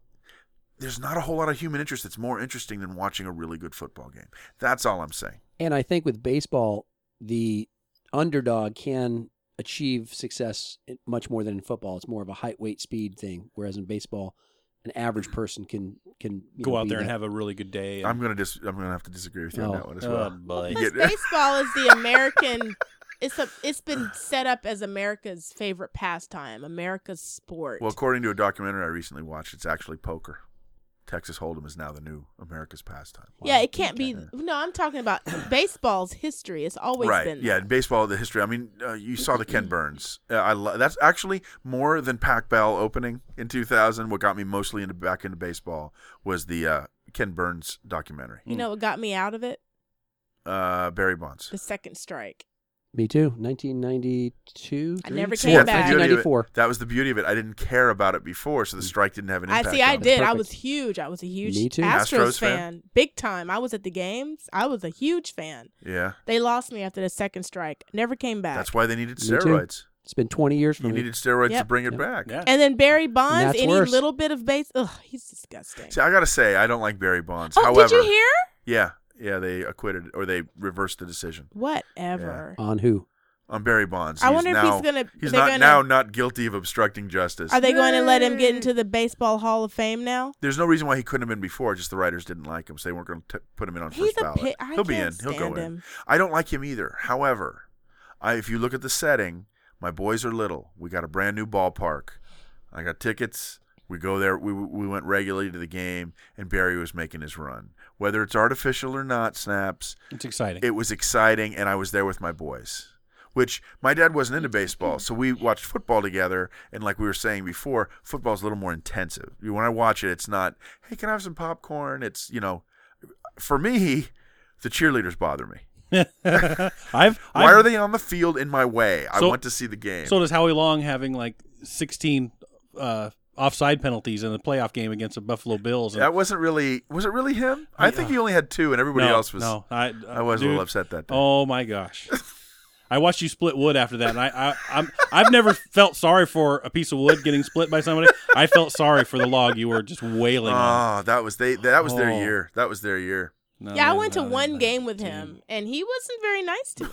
D: there's not a whole lot of human interest that's more interesting than watching a really good football game. That's all I'm saying.
G: And I think with baseball, the underdog can achieve success in- much more than in football. It's more of a height, weight, speed thing. Whereas in baseball, an average
D: Mm-hmm.
G: person can can you
E: Go
G: know,
E: out
G: be
E: there and
G: that-
E: have a really good day. and-
D: I'm gonna dis- I'm gonna have to disagree with you on
G: Oh.
D: that one as
E: Oh,
D: well.
E: boy.
D: You
F: Plus,
D: get-
F: baseball is the American. It's a. It's been set up as America's favorite pastime, America's sport.
D: well, according to a documentary I recently watched, it's actually poker. Texas Hold'em is now the new America's pastime.
F: yeah, it can't be.
D: Okay.
F: No, I'm talking about baseball's history. It's always
D: right.
F: been.
D: Yeah,
F: that.
D: in baseball, the history. I mean, uh, you saw the Ken Burns. Uh, I lo- that's actually more than Pac Bell opening in 2000. What got me mostly into back into baseball was the uh, Ken Burns documentary.
F: You know what got me out of it?
D: Uh, Barry Bonds.
F: The second strike.
G: Me too. 1992.
F: I never
D: See,
F: came
D: that's the
F: back.
D: beauty of it.
G: 1994.
D: That was the beauty of it. I didn't care about it before,
G: Mm.
D: so the strike didn't have an
F: I
D: impact.
F: see. I
D: on me.
F: did. I
G: Perfect.
F: was huge. I was a huge
G: Me too.
F: Astros,
D: Astros fan.
F: fan, big time. I was at the games. I was a huge fan.
D: Yeah,
F: They lost me after the second strike. Never came back.
D: that's why they needed
G: Me too.
D: steroids.
G: It's been 20 years for
D: You
G: me.
D: needed steroids to
F: Yep.
D: bring it
G: Yep.
D: back.
E: yeah.
F: And then Barry Bonds,
G: that's
F: any
G: worse.
F: little bit of base, ugh, he's disgusting.
D: See, I gotta say, I don't like Barry Bonds.
F: oh,
D: However,
F: did you hear?
D: yeah, yeah, they acquitted or they reversed the decision
F: Whatever.
G: On who?
D: on Barry Bonds.
F: I wonder if
D: now,
F: he's gonna-
D: He's
F: they're
D: not
F: gonna-
D: now not guilty of obstructing justice.
F: Are they going to let him get into the baseball Hall of Fame now?
D: There's no reason why he couldn't have been before. Just the writers didn't like him, so they weren't going to put him in on
F: He's
D: first
F: a
D: ballot.
F: pi- I
D: He'll be in.
F: can't
D: He'll go
F: stand
D: in.
F: him.
D: I don't like him either. However, I, if you look at the setting, my boys are little. We got a brand new ballpark. I got tickets. We go there. We we went regularly to the game, and Barry was making his run. Whether it's artificial or not, snaps.
E: It's exciting.
D: It was exciting, and I was there with my boys. Which my dad wasn't into baseball, so we watched football together. And like we were saying before, football's a little more intensive. You- When I watch it, it's not, hey, can I have some popcorn? It's you know, for me, the cheerleaders bother me.
E: I've,
D: Why
E: I've-
D: are they on the field in my way? I
E: So-
D: want to see the game.
E: So does Howie Long having like 16 uh, offside penalties in the playoff game against the Buffalo Bills. and-
D: that wasn't really was it really him? I think he only had two, and everybody
E: no,
D: else was.
E: No, I, uh,
D: I was a
E: dude,
D: little upset that day.
E: Oh my gosh. I watched you split wood after that, and I, I I'm I've never felt sorry for a piece of wood getting split by somebody. I felt sorry for the log you were just wailing. on.
D: Ah, that was they. That was their
E: Oh.
D: year. That was their year.
E: No,
F: yeah, I
E: no,
F: went
E: no,
F: to
E: no,
F: one
E: no.
F: game with
E: Dude.
F: him, and he wasn't very nice to me.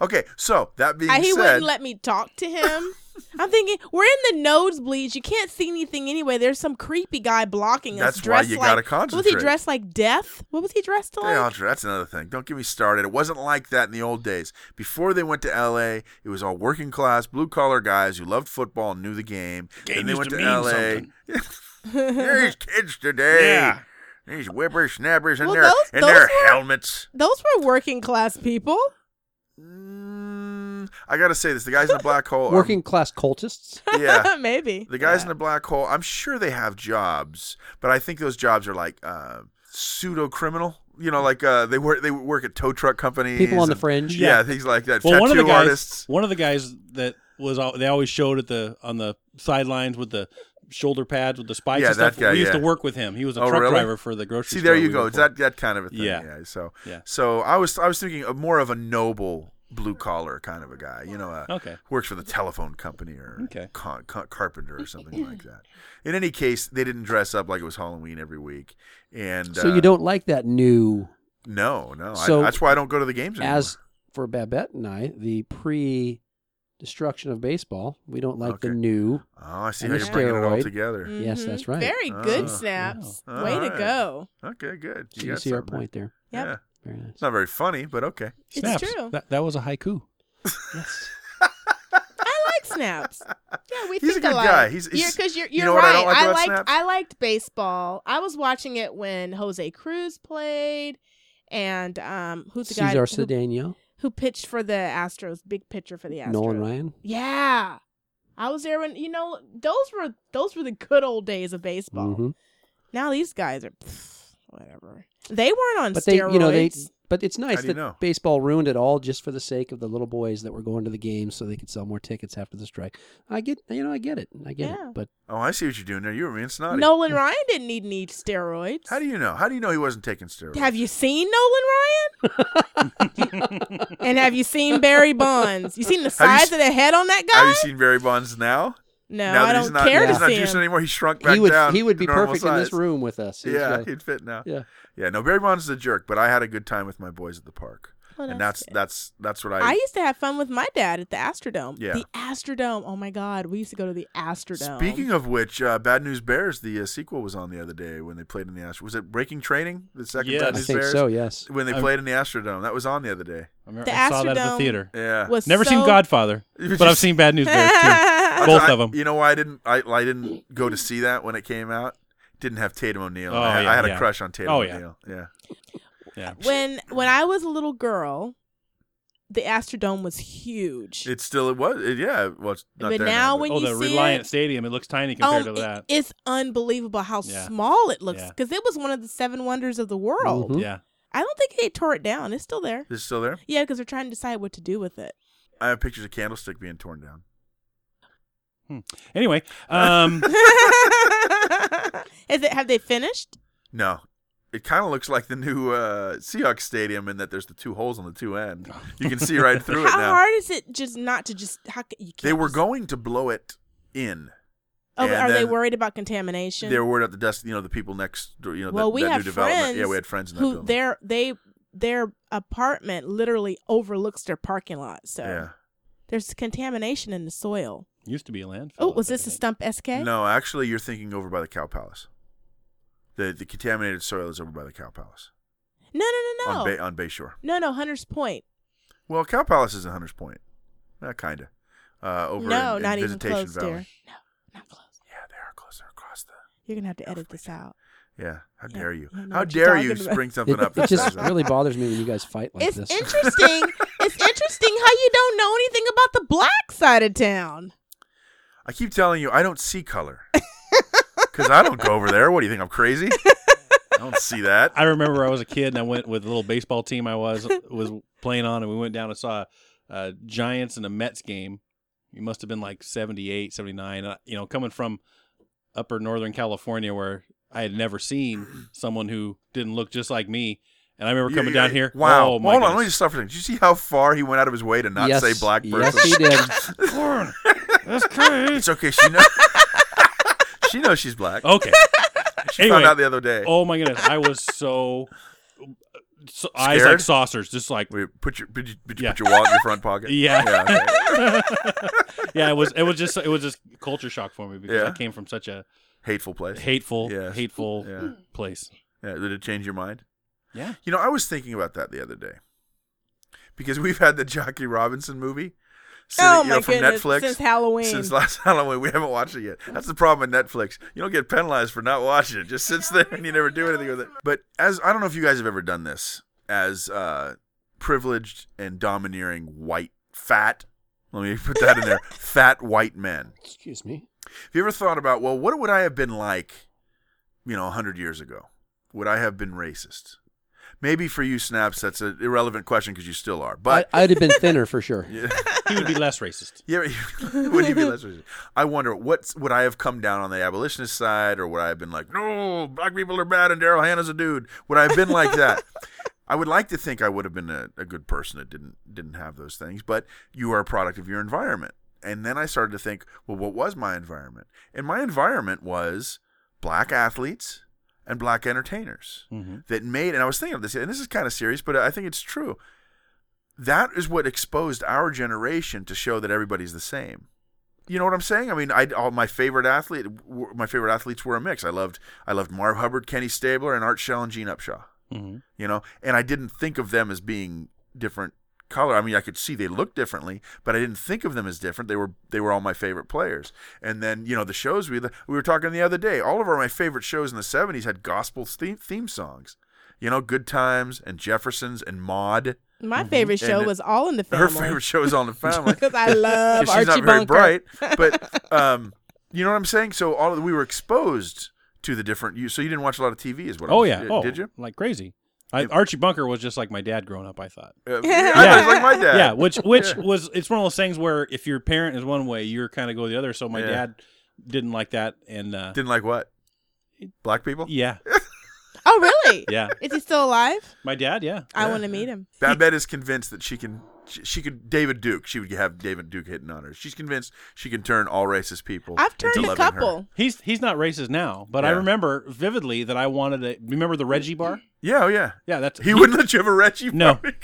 D: Okay, so that being
F: I, he
D: said,
F: wouldn't let me talk to him. I'm thinking we're in the nosebleeds. You can't see anything anyway. There's some creepy guy blocking us.
D: That's why
F: dressed
D: you
F: like,
D: gotta
F: Was he
D: concentrate.
F: dressed like death? What was he dressed
D: They
F: like?
D: all dr- that's another thing. Don't get me started. It wasn't like that in the old days. Before they went to L.A., it was all working class, blue collar guys who loved football and knew the game.
E: Game
D: then they
E: used
D: went
E: to
D: to,
E: mean
D: L.A. There's kids today.
E: Yeah.
D: These whippersnappers and
F: Well,
D: their
F: those-
D: and
F: those
D: their
F: were-
D: helmets.
F: Those were working class people.
D: Mm, I gotta say this: the guys in the black hole, are-
G: Working class cultists.
D: yeah,
F: Maybe.
D: the guys in the black hole i'm sure they have jobs but i think those jobs are like uh, pseudo criminal you know like uh, they work they work at tow truck companies
G: People on the
D: and-
G: fringe.
D: yeah,
E: Yeah.
D: things like that
E: Well,
D: tattoo
E: one of the guys,
D: artists
E: one of the guys that was al- they always showed at the on the sidelines with the shoulder pads with the spikes.
D: Yeah,
E: and stuff.
D: that guy,
E: We used
D: yeah.
E: to work with him. He was a
D: Oh,
E: truck
D: really?
E: driver for the grocery.
D: see
E: store
D: there you
E: we
D: go
E: worked
D: it's
E: for.
D: that that kind of a thing yeah,
E: Yeah.
D: so
E: Yeah.
D: so i was i was thinking of more of a noble blue collar kind of a guy you know a,
E: Okay.
D: works for the telephone company or
E: Okay.
D: con- con- carpenter or something like that in any case they didn't dress up like it was halloween every week and
G: So
D: uh,
G: you don't like that new
D: no no
G: So
D: I, that's why i don't go to the games anymore.
G: as for Babette and I, the pre destruction of baseball. We don't like the
D: Okay.
G: new
D: oh i see
G: and
D: how
G: the
D: you're bringing it all
G: steroid.
D: together
G: Yes, that's
F: Mhm.
G: right.
F: Very
D: Ah.
F: good snaps.
D: Wow.
F: Way to
D: Alright.
F: go.
D: Okay, good.
G: so you
D: got
G: see our
D: something there.
G: point there.
F: Mm. Yep.
D: Yeah.
G: Very nice.
D: It's not very funny, but okay.
F: It's
E: Snaps.
F: true.
E: That, that was a haiku.
G: Yes.
F: I like snaps. Yeah, we
D: He's a
F: think
D: good
F: alike.
D: guy. He's-
F: you're
D: he's-
F: because you're
D: you
F: you're
D: know what I
F: right.
D: don't like
F: I,
D: about
F: liked
D: snaps?
F: I liked baseball. I was watching it when Jose Cruz played, and um, who's the
G: Cesar
F: guy who,
G: Cedeno,
F: who pitched for the Astros? Big pitcher for the Astros.
G: Nolan Ryan.
F: Yeah, I was there when you know those were those were the good old days of baseball.
G: Mhm.
F: Now these guys are pff, whatever. They weren't on
G: But they,
F: steroids.
G: you know, they. But it's
D: How
G: nice
D: do you
G: that
D: know?
G: baseball ruined it all just for the sake of the little boys that were going to the games so they could sell more tickets after the strike. I get, you know, I get it, I get
F: Yeah.
G: it. But
D: Oh, I see what you're doing there. You were being snotty.
F: Nolan Ryan didn't need any steroids.
D: How do you know? How do you know he wasn't taking steroids?
F: Have you seen Nolan Ryan? and have you seen Barry Bonds? You seen the
D: you
F: size
D: s-
F: of the head on that
D: Have you
F: guy?
D: seen Barry Bonds now?
F: no,
D: now
F: I
D: that
F: don't
D: he's not,
F: care
D: he's
F: to
D: not
F: see
D: juicing
F: him.
D: anymore. He shrunk back
G: he would,
D: down.
G: he would be
D: to normal
G: perfect in this
D: size.
G: room with us. He's
D: Yeah,
G: got-
D: he'd fit now. Yeah.
G: yeah.
D: no, Barry Bonds is a jerk, but I had a good time with my boys at the park,
F: Well,
D: and
F: Oh, that's
D: that's
F: good.
D: that's that's what I.
F: I used to have fun with my dad at the Astrodome.
D: Yeah.
F: The Astrodome. Oh my God, we used to go to the Astrodome.
D: Speaking of which, uh, Bad News Bears, the uh, sequel was on the other day when they played in the Astro. Was it Breaking Training? The second
E: Yes.
D: Bad
G: I
D: News
G: think
D: Bears?
G: so. Yes.
D: When they
E: I'm-
D: played in the Astrodome, that was on the other day.
E: I, remember,
F: The
E: I saw that at
F: Astrodome
E: the theater.
D: Yeah,
F: was
E: Never seen
F: so-
E: Godfather, but I've seen Bad News Bears too.
D: I'll
E: Both
D: tell-
E: of 'em.
D: You know why I didn't I, I didn't go to see that when it came out? Didn't have Tatum O'Neal.
E: Oh,
D: I, had- I
E: yeah,
D: had a
E: yeah.
D: crush on Tatum
E: Oh, yeah.
D: O'Neal. Yeah.
E: Yeah.
F: when when I was a little girl, the Astrodome was huge.
D: It still it was. It, yeah, well, it's not
F: But
D: there
F: now
D: but-
F: when
E: oh,
F: you
E: the
F: see
E: Reliant
F: it-
E: Stadium. It looks tiny compared
F: Oh,
E: to
F: it-
E: that.
F: it's unbelievable how
E: Yeah.
F: small it looks
E: Yeah.
F: because it was one of the seven wonders of the world.
D: Mm-hmm.
G: Mhm.
E: yeah.
F: I don't think they tore it down. It's still there.
D: is it still there?
F: Yeah, because they're trying to decide what to do with it.
D: I have pictures of Candlestick being torn down.
E: Anyway, um,
F: Is it? Have they finished?
D: No. It kind of looks like the new uh, Seahawks stadium in that there's the two holes on the two end. You can see right through it
F: how
D: now.
F: hard is it just not to just? How ca- you can't
D: They were
F: just-
D: going to blow it in.
F: Oh,
D: and
F: are they
D: then
F: worried about contamination?
D: They were worried about the dust. You know, the people next. door, You know,
F: well,
D: that,
F: we
D: that
F: have
D: new development.
F: friends.
D: Yeah, we had friends in that
F: who
D: building.
F: their they their apartment literally overlooks their parking lot. So
D: yeah.
F: there's contamination in the soil.
E: used to be a landfill.
F: Oh,
E: up
F: was
E: there,
F: this a
E: I think.
F: stump SK?
D: No, actually, you're thinking over by the Cow Palace. The the contaminated soil is over by the Cow Palace
F: no, no, no, no.
D: on Bay on Bayshore.
F: No, no, Hunter's Point.
D: Well, Cow Palace is in Hunters Point. Uh, kinda. Uh, over
F: no,
D: in, in
F: not even
D: Visitation
F: close,
D: Valley.
F: dear. No, not close.
D: Yeah, they are closer across the.
F: You're gonna have to edit this out.
D: Yeah. How
F: Yeah,
D: dare you?
F: I don't know
D: How
F: what you're
D: dare you
F: talking about.
D: spring something
G: It,
D: up?
G: it
D: that says
G: just
D: that?
G: really bothers me when you guys fight like
F: it's
G: this.
F: interesting. it's interesting how you don't know anything about the black side of town.
D: I keep telling you, I don't see color. Because I don't go over there. What do you think? I'm crazy. I don't see that.
E: I remember I was a kid and I went with a little baseball team I was was playing on, and we went down and saw uh, Giants and a Mets game. It must have been like 78, 79. Uh, you know, coming from upper northern California where I had never seen someone who didn't look just like me. And I remember
D: You-
E: coming
D: you-
E: down here.
D: Wow.
E: Oh, my
D: Hold on. Let me
E: goodness.
D: just stop for a second. Did you see how far he went out of his way to not
G: yes,
D: say black person?
G: Yes, he did.
E: That's crazy.
D: It's okay. She knows. she knows she's black.
E: Okay.
D: she found
E: Oh, anyway.
D: out the other day.
E: Oh my goodness. I was so, so eyes
D: Scared?
E: like saucers, just like
D: Wait, put your did you, did you
E: Yeah.
D: put your wallet in your front pocket?
E: Yeah.
D: okay.
E: yeah, it was it was just it was just culture shock for me because
D: Yeah.
E: I came from such a
D: Hateful place.
E: hateful
D: Yes.
E: hateful
D: Yeah.
E: place.
D: yeah. Did it change your mind?
E: Yeah.
D: You know, I was thinking about that the other day because we've had the Jockey Robinson movie. sitting-
F: oh
D: you
F: my
D: know, from
F: goodness!
D: Netflix
F: Since Halloween,
D: Since last Halloween, we haven't watched it yet. That's the problem with Netflix. You don't get penalized for not watching it. It Just sits there and you never do anything with it. But as I don't know if you guys have ever done this, as uh, privileged and domineering white fat Let me put that in there. Fat white men.
G: Excuse me.
D: Have you ever thought about, well, what would I have been like, you know, 100 years ago? Would I have been racist? Maybe for you, Snaps, that's an irrelevant question because you still are. But
G: I, I'd have been thinner for sure.
E: He would be less racist.
D: yeah, would you be less racist? I wonder, what would I have come down on the abolitionist side or would I have been like, no, black people are bad and Daryl Hannah's a dude? Would I have been like that? I would like to think I would have been a, a good person that didn't didn't have those things, but you are a product of your environment. And then I started to think, well, what was my environment? And my environment was black athletes and black entertainers that made. And I was thinking of this, and this is kind of serious, but I think it's true. That is what exposed our generation to show that everybody's the same. You know what I'm saying? I mean, I all my favorite athlete, w- my favorite athletes were a mix. I loved, I loved Marv Hubbard, Kenny Stabler, and Art Shell and Gene Upshaw
E: Mhm.
D: you know and i didn't think of them as being different color i mean i could see they looked differently but i didn't think of them as different they were they were all my favorite players and then you know the shows we we were talking the other day all of our my favorite shows in the 70s had gospel theme, theme songs you know good times and jeffersons and maud
F: My favorite show
D: And
F: was All in the Family.
D: her favorite show is all in the family
F: because I love
D: 'cause she's
F: Archie
D: not very
F: Bunker.
D: bright but um you know what i'm saying so all of, we were exposed to the different you so you didn't watch a lot of tv is what
E: Oh
D: I'm,
E: yeah.
D: did,
E: oh,
D: did you
E: Like crazy. I, Archie Bunker was just like my dad growing up. I thought.
D: uh, I was like my dad
E: Yeah, which which was it's one of those things where if your parent is one way, you're kind of go the other. So my
D: Yeah.
E: dad didn't like that, and uh,
D: Didn't like what? Black people?
E: yeah,
F: Oh, really?
E: yeah,
F: Is he still alive?
E: my dad, yeah,
F: I want to meet him.
D: Babette is convinced that she can. She, she could David Duke. She would have David Duke hitting on her. She's convinced she can turn all racist people.
F: I've turned
D: into
F: a
D: loving her.
F: couple.
E: he's he's not racist now, but I
D: Yeah.
E: remember vividly that I wanted to remember the Reggie bar.
D: Yeah, oh yeah.
E: Yeah, that's
D: He wouldn't let you have a Reggie.
E: No.
D: party.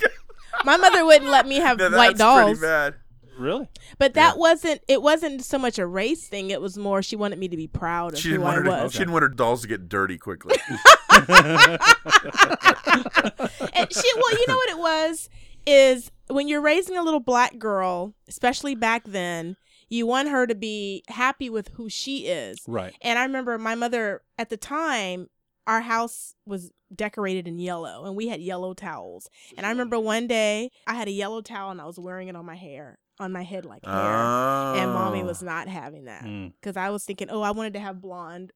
F: My mother wouldn't let me have
D: No, that's
F: white dolls,
D: pretty bad.
E: really.
F: but that wasn't. It wasn't so much a race thing. It was more she wanted me to be proud of
D: She
F: who
D: didn't
F: I
D: want her. To,
F: was.
D: she didn't want her dolls to get dirty quickly.
F: And she, well, you know what it was is when you're raising a little black girl, especially back then, you want her to be happy with who she is.
E: Right.
F: And I remember my mother at the time, our house was decorated in yellow and we had yellow towels. And I remember one day I had a yellow towel and I was wearing it on my hair, on my head like hair.
D: oh.
F: And mommy was not having that
E: Mm.
F: because I was thinking, oh, I wanted to have blonde,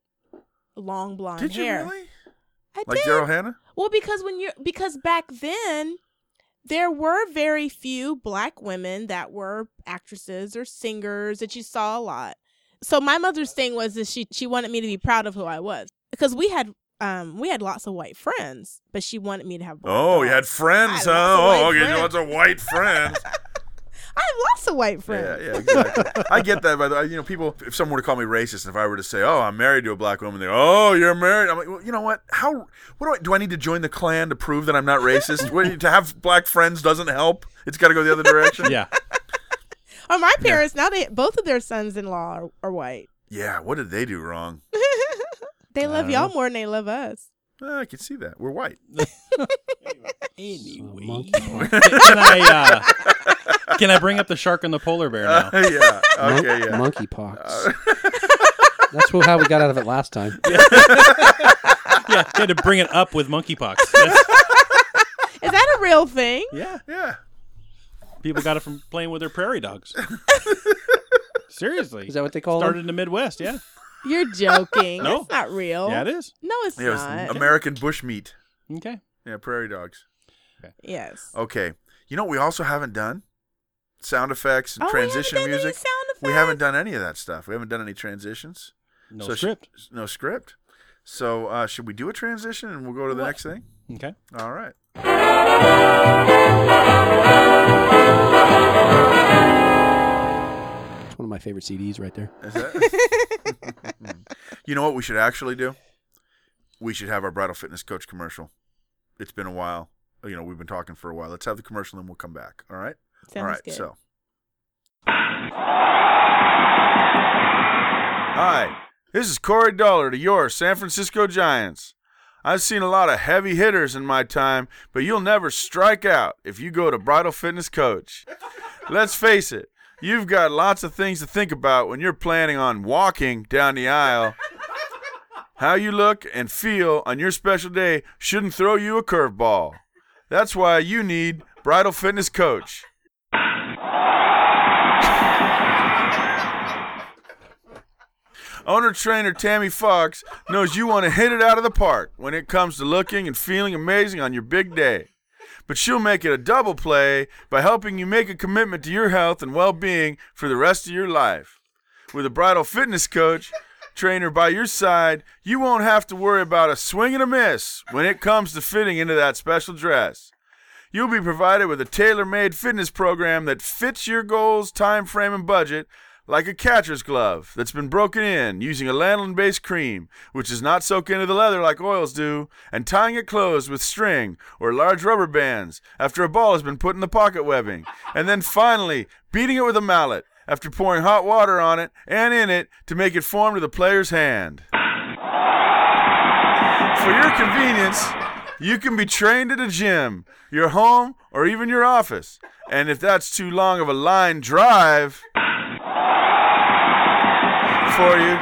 F: long blonde
D: Did you
F: hair.
D: really?
F: I
D: Like
F: did.
D: Daryl Hannah?
F: Well, because when you're because back then there were very few black women that were actresses or singers that you saw a lot. So my mother's thing was that she she wanted me to be proud of who I was because we had um we had lots of white friends, but she wanted me to have. black
D: Oh, you had
F: dolls.
D: friends,
F: I had
D: huh?
F: lots of
D: Oh,
F: white
D: okay.
F: friends.
D: You lots of white friends.
F: I have lots of white
D: Yeah,
F: friends.
D: yeah, exactly. I get that. By the way, you know, people, if someone were to call me racist, and if I were to say, "Oh, I'm married to a black woman," they, "Oh, you're married." I'm like, well, you know what? How? What do I do? I need to join the Klan to prove that I'm not racist? what, to have black friends doesn't help. It's got to go the other direction.
E: Yeah,
F: Or my parents now they both of their sons in law are, are white.
D: Yeah. What did they do wrong?
F: They love
D: Uh-huh.
F: y'all more than they love us.
D: Uh, I can see that. We're white.
G: Anyway.
E: can I uh, can I bring up the shark and the polar bear now?
D: yeah. Okay. Yeah. Uh,
G: Monkeypox. That's what, how we got out of it last time.
E: yeah, you had to bring it up with monkeypox. That's-
F: Is that a real thing?
E: Yeah,
D: Yeah.
E: people got it from playing with their prairie dogs. Seriously,
G: Is that what they call
E: started
G: them? Oh.
E: in the Midwest? Yeah,
F: You're joking.
E: No.
F: That's not real.
E: yeah, it is.
F: No, it's
D: Yeah. It
F: not.
D: was American bushmeat.
E: Okay,
D: Yeah. Prairie dogs. um,
F: yes.
D: Okay. You know what we also haven't done? Sound effects and
F: Oh, we haven't
D: transition
F: done any
D: music.
F: sound
D: We haven't
F: effects?
D: done any of that stuff. We haven't done any transitions.
E: no
D: So sh-
E: script.
D: no script. So uh, should we do a transition and we'll go to the next thing?
E: Okay.
D: All right.
G: It's one of my favorite CDs right there.
D: Is that- you know what we should actually do? We should have our bridal fitness coach commercial. It's been a while. You know, we've been talking for a while. Let's have the commercial and we'll come back. All right. all
F: Sounds
D: right.
F: good.
D: So. Hi, this is Corey Dollar to your San Francisco Giants. I've seen a lot of heavy hitters in my time, but you'll never strike out if you go to Bridal Fitness Coach. Let's face it, you've got lots of things to think about when you're planning on walking down the aisle. How you look and feel on your special day shouldn't throw you a curveball. That's why you need Bridal Fitness Coach. Owner trainer Tammy Fox knows you want to hit it out of the park when it comes to looking and feeling amazing on your big day. But she'll make it a double play by helping you make a commitment to your health and well being for the rest of your life. With a bridal fitness coach, trainer by your side, you won't have to worry about a swing and a miss when it comes to fitting into that special dress. You'll be provided with a tailor-made fitness program that fits your goals, time frame, and budget like a catcher's glove that's been broken in using a lanolin-based cream, which does not soak into the leather like oils do, and tying it closed with string or large rubber bands after a ball has been put in the pocket webbing, and then finally beating it with a mallet after pouring hot water on it and in it to make it form to the player's hand. For your convenience, you can be trained at a gym, your home, or even your office. And if that's too long of a line drive for you,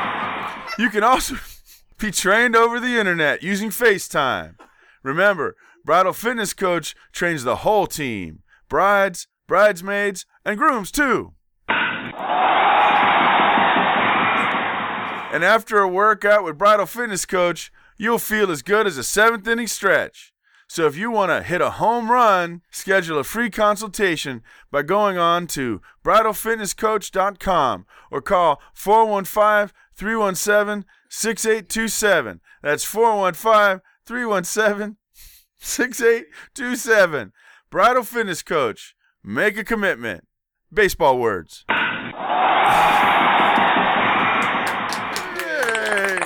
D: you can also be trained over the internet using FaceTime. Remember, Bridal Fitness Coach trains the whole team brides, bridesmaids, and grooms too. And after a workout with Bridal Fitness Coach, you'll feel as good as a seventh inning stretch. So if you want to hit a home run, schedule a free consultation by going on to bridalfitnesscoach.com or call 415 317 6827. That's 415 317 6827. Bridal Fitness Coach. Make a commitment. Baseball words. Yay.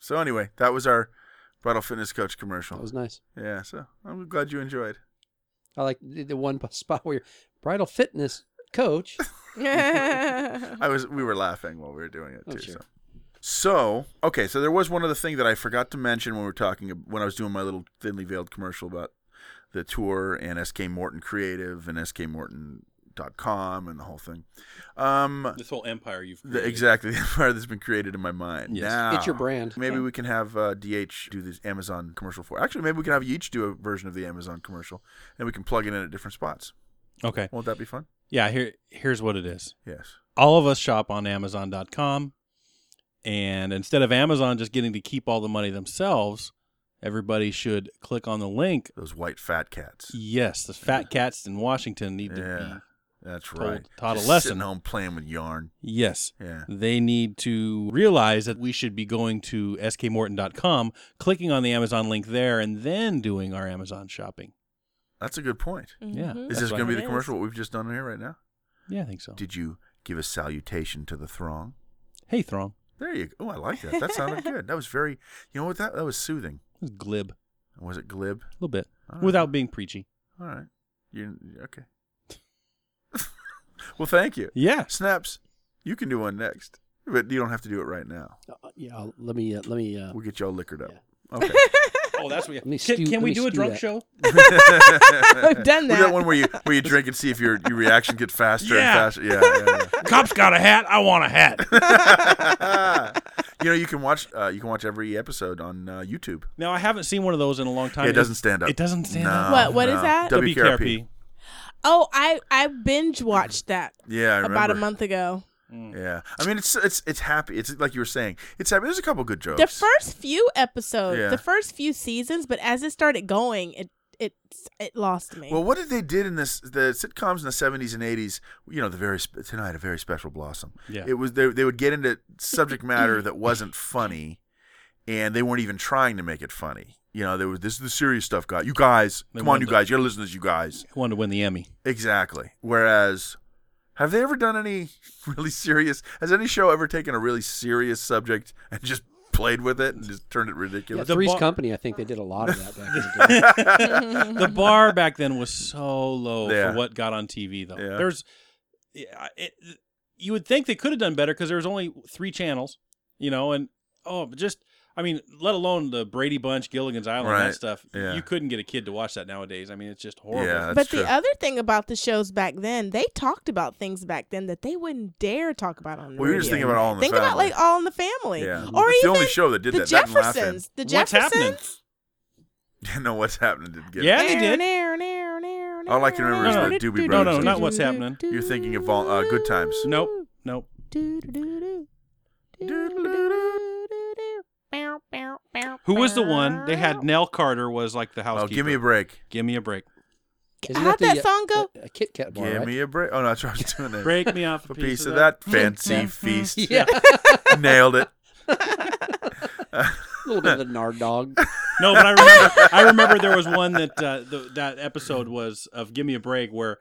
D: So anyway, that was our Bridal Fitness Coach
G: That
D: commercial.
G: was nice.
D: Yeah, so I'm glad you enjoyed.
G: I like the, the one spot where your bridal fitness coach.
D: I was we were laughing while we were doing it
G: Oh,
D: too.
G: sure.
D: So. so okay, so there was one other thing that I forgot to mention when we were talking ab- when I was doing my little thinly veiled commercial about the tour and SK Morton Creative and SK Morton.com and the whole thing. Um,
E: This whole empire you've
D: the,
E: created.
D: exactly the part that's been created in my mind.
E: Yes.
D: Now,
G: It's your brand.
D: Maybe we can have uh, DH do this Amazon commercial for. Actually, maybe we can have you each do a version of the Amazon commercial, and we can plug it in at different spots.
E: Okay.
D: Won't that be fun?
E: Yeah. Here, here's what it is.
D: Yes.
E: all of us shop on amazon.com and instead of amazon just getting to keep all the money themselves everybody should click on the link
D: Those white fat cats.
E: yes the fat cats in washington need to
D: Yeah,
E: be
D: that's
E: told-
D: right.
E: taught a
D: Just
E: lesson.
D: Sitting home playing with yarn.
E: yes
D: Yeah.
E: they need to realize that we should be going to skmorton.com clicking on the amazon link there and then doing our amazon shopping
D: That's a good point.
E: Yeah.
F: Mhm.
D: Is
E: That's
D: this
E: what
D: going to be
F: it
D: the
F: is.
D: commercial, what we've just done here right now?
E: yeah i think so
D: Did you give a salutation to the throng?
E: hey throng
D: There you go. Oh, I like that. That sounded good. That was very, you know what, that, that was soothing.
E: It was glib a
D: Was it glib?
E: little bit
D: All right.
E: without being preachy
D: All right. You Okay. well, thank you.
E: yeah
D: Snaps, you can do one next, but you don't have to do it right now.
E: Oh.
G: Uh, yeah, I'll- let me uh, let me uh,
D: We'll get y'all liquored up.
G: Yeah.
D: Okay.
E: oh that's what
G: Let me
E: can,
G: stew-
E: can
G: let
E: we
G: me
E: do a
G: stew
E: drunk
G: that.
E: show
F: I've
D: We
F: done
D: got
F: that.
D: one where you where you drink and see if your your reaction gets faster
E: Yeah.
D: and faster. Yeah, yeah, yeah.
E: cop's got a hat i want a hat
D: you know, you can watch uh, you can watch every episode on uh, YouTube.
E: Now I haven't seen one of those in a long time.
D: Yeah, it doesn't stand up.
E: It doesn't stand
D: No,
E: up.
F: What- what
D: no.
F: is that?
D: WKRP.
F: oh, I I binge watched that
D: Yeah, I remember.
F: about a month ago.
D: Yeah, I mean, it's it's it's happy. It's like you were saying, it's happy. There's a couple good jokes.
F: The first few episodes,
D: Yeah.
F: the first few seasons, but as it started going, it it it lost me.
D: well, what did they did in this the sitcoms in the '70s and '80s? You know, the very sp- tonight a very special blossom.
E: Yeah.
D: it was they they would get into subject matter that wasn't funny, and they weren't even trying to make it funny. You know, there was this is the serious stuff, guy. You guys,
E: They
D: come on, you
E: wanted to-
D: guys, you gotta listen to this, you guys.
E: I wanted to win the Emmy.
D: Exactly. Whereas, have they ever done any really serious? Has any show ever taken a really serious subject and just played with it and just turned it
G: yeah,
D: ridiculous?
E: the
G: Three's
E: bar-
G: Company. I think they did a lot of that back in the day.
E: The bar back then was so low
D: Yeah.
E: for what got on TV though.
D: Yeah.
E: There's, yeah, it, you would think they could have done better because there was only three channels, you know, and oh, but just I mean, let alone the Brady Bunch, Gilligan's Island,
D: Right.
E: that stuff.
D: Yeah.
E: You couldn't get a kid to watch that nowadays. I mean, it's just horrible.
D: Yeah.
F: but
D: That's true.
F: the other thing about the shows back then, they talked about things back then that they wouldn't dare talk about on the
D: we were just
F: radio.
D: thinking about all in the
F: Mm-hmm. Think
D: family.
F: about like All in the Family,
D: yeah,
F: or
D: it's
F: even
D: the only show that did
F: the
D: that. That and Laugh-In.
F: Jeffersons. The
E: What's
F: Jeffersons.
E: happening?
D: You know what's happening? Didn't get it.
E: Yeah, they did.
F: Nair, nair, nair, nair,
D: All I can remember
E: is
D: the Doobie
E: No, no,
D: Brothers.
E: not what's happening.
D: You're thinking of vol- uh, Good Times.
E: Nope, nope. Who was the one? They had Nell Carter was like the
D: Oh,
E: housekeeper.
D: give me a break.
E: give me a break.
G: Isn't
F: How'd that
G: the, uh,
F: song go?
G: A, a Kit Kat bar,
D: give
G: right?
D: me a break. Oh no, that's what I was doing there.
E: Break me off
D: a piece of that fancy feast.
G: Yeah,
D: Nailed it.
G: a little bit of the Nard Dog.
E: No, but I remember, I remember there was one that uh, the, that episode was of Give Me a Break where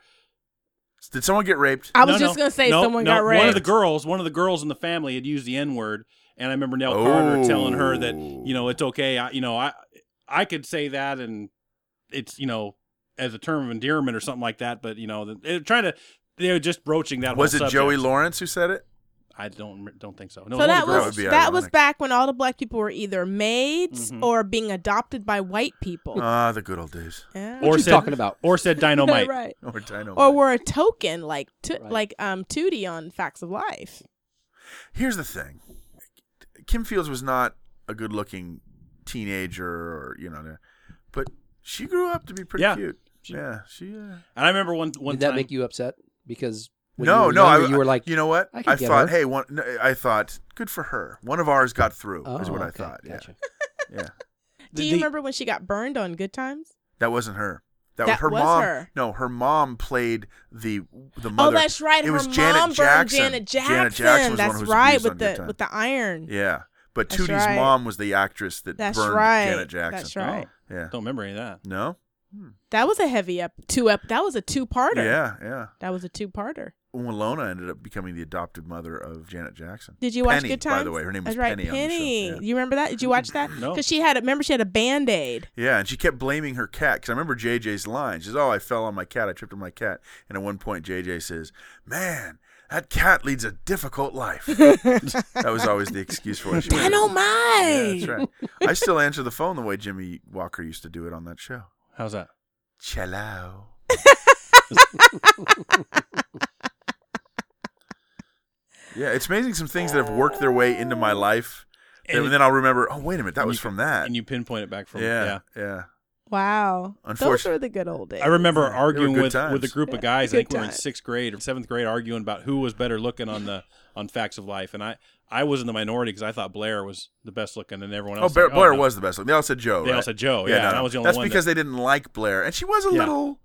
D: Did someone get raped?
F: I
E: No,
F: was just
E: no,
F: gonna say
E: no,
F: someone
E: no,
F: got raped.
E: One of the girls, one of the girls in the family had used the N word, and I remember Nell Carter telling her that you know it's okay. I, you know, I I could say that, and it's you know as a term of endearment or something like that. But you know, they're trying to they were just broaching that.
D: Was it
E: whole subject.
D: Joey Lawrence who said it?
E: I don't rem- don't think so. No,
F: so
E: one of the
F: that
D: That
F: was
E: girls.
D: would be
F: that was
D: ironic.
F: back when all the black people were either maids
E: Mm-hmm.
F: or being adopted by white people.
D: Ah, the good old days.
F: Yeah.
E: or
G: you
E: said,
G: talking about?
E: or said dynamite.
F: right.
D: Or Dino.
F: Or were a token like to,
G: Right.
F: like um Tootie on Facts of Life.
D: Here's the thing. Kim Fields was not a good-looking teenager, or you know, but she grew up to be pretty
E: Yeah.
D: cute.
E: She-
D: yeah, she. Uh,
E: And I remember one one
G: Did that
E: time Oh,
G: make you upset? Because when you
D: no,
G: were
D: no,
G: younger,
D: I,
G: you were like,
D: you know what?
G: I
D: I,
G: could get
D: thought,
G: her.
D: hey, one. No, I thought, good for her. One of ours got through.
G: oh,
D: is what I
G: okay,
D: thought.
G: Gotcha.
D: Yeah, yeah.
F: Do you remember when she got burned on Good Times?
D: That wasn't her. That,
F: That
D: was her
F: was
D: mom.
F: her.
D: No, her mom played the the mother.
F: Oh, that's right.
D: It
F: her
D: was
F: mom
D: Janet
F: burned
D: Jackson.
F: Janet Jackson.
D: Janet Jackson was the one
F: that's
D: who was
F: right
D: abused
F: with
D: on
F: the
D: Good Time.
F: with the iron.
D: Yeah, but
F: That's
D: Tootie's
F: right.
D: mom was the actress that
F: That's
D: burned
F: right.
D: Janet Jackson.
F: That's right.
D: Yeah.
E: Oh. Don't remember any of that.
D: No.
F: That was a heavy up two up. That was a two parter.
D: Yeah, yeah.
F: That was a two parter.
D: Winona ended up becoming the adopted mother of Janet Jackson.
F: Did you watch
D: Penny,
F: Good Times?
D: By the way, her name was
F: That's right,
D: Penny. on the show.
F: Penny.
D: Yeah.
F: You remember that? Did you watch that?
E: No.
F: Because she had a remember she had a band aid.
D: Yeah, and she kept blaming her cat because I remember JJ's line. She says, "Oh, I fell on my cat. I tripped on my cat." And at one point, JJ says, "Man, that cat leads a difficult life." that was always the excuse for why she.
F: I
D: Yeah,
F: know oh my.
D: that's right. I still answer the phone the way Jimmy Walker used to do it on that show.
E: How's that?
D: Cello. yeah, it's amazing some things that have worked their way into my life, and,
E: And-
D: then I'll remember. Oh, wait a minute, that
E: and
D: was
E: you-
D: from that.
E: And you pinpoint it back from
D: yeah, yeah,
F: Wow. Those
D: Unfortunate-
F: were the good old days.
E: I remember
D: Yeah, they were
E: arguing
D: good
E: with with a
D: times.
E: group of guys. I
F: Good
E: think we were in
F: times.
E: sixth grade or seventh grade, arguing about who was better looking on the on Facts of Life, and I I was in the minority because I thought Blair was the best looking, and everyone
D: Oh,
E: else.
D: Blair,
E: like,
D: Blair
E: no.
D: was the best. They all said Joe.
E: They all
D: right?
E: said Joe, yeah, and
D: no,
E: I
D: no.
E: was the only
D: That's
E: one
D: because they didn't like Blair, and she was a
E: Yeah.
D: little.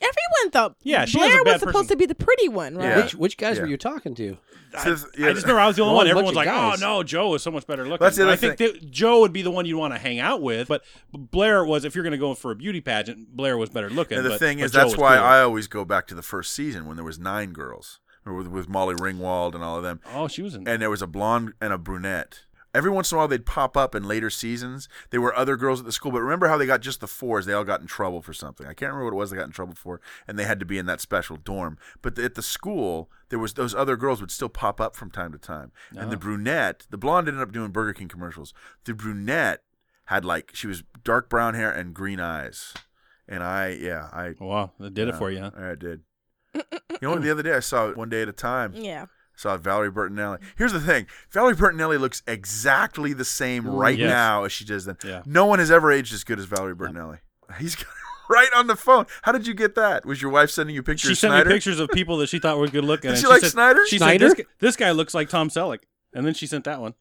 F: Everyone thought
E: Yeah, she was a
F: Blair was,
E: bad
F: supposed
E: person.
F: to be the pretty one, right?
D: Yeah.
G: Which which guys
D: Yeah.
G: were you talking to?
E: I,
D: Since-
E: I
D: yeah.
E: just remember I was the only
G: Wrong
E: one.
G: bunch
E: Everyone's
G: of
E: like,
G: guys.
E: "Oh no, Joe is so much better looking."
D: That's the
E: But
D: other
E: I think that Joe would be the one you'd want to hang out with, but Blair was if you're going to go for a beauty pageant, Blair was better looking.
D: And the
E: but-
D: thing
E: but
D: is,
E: Joe
D: that's
E: was
D: why
E: cooler.
D: I always go back to the first season when there was nine girls with, with Molly Ringwald and all of them.
E: Oh, she was in.
D: and there was a blonde and a brunette. Every once in a while, they'd pop up in later seasons. There were other girls at the school, but remember how they got just the fours? They all got in trouble for something. I can't remember what it was they got in trouble for, and they had to be in that special dorm. But at the school, there was those other girls would still pop up from time to time. And
E: Ah.
D: the brunette, the blonde ended up doing Burger King commercials. The brunette had like she was dark brown hair and green eyes, and I yeah I
E: Oh, wow, that did it for you. Huh?
D: I did. you know what? The other day I saw it one day at a time.
F: Yeah.
D: Saw Valerie Bertinelli. Here's the thing: Valerie Bertinelli looks exactly the same
G: Mm,
D: right
E: yes.
D: now as she does then.
E: Yeah.
D: No one has ever aged as good as Valerie Bertinelli. He's got it right on the phone. How did you get that? Was your wife sending you pictures?
E: She sent
D: Snyder?
E: me pictures of people that she thought were good looking.
D: Did
E: and
D: she like
E: said,
D: Snyder?
E: She
G: Snyder?
E: said this, gu- this guy looks like Tom Selleck, and then she sent that one.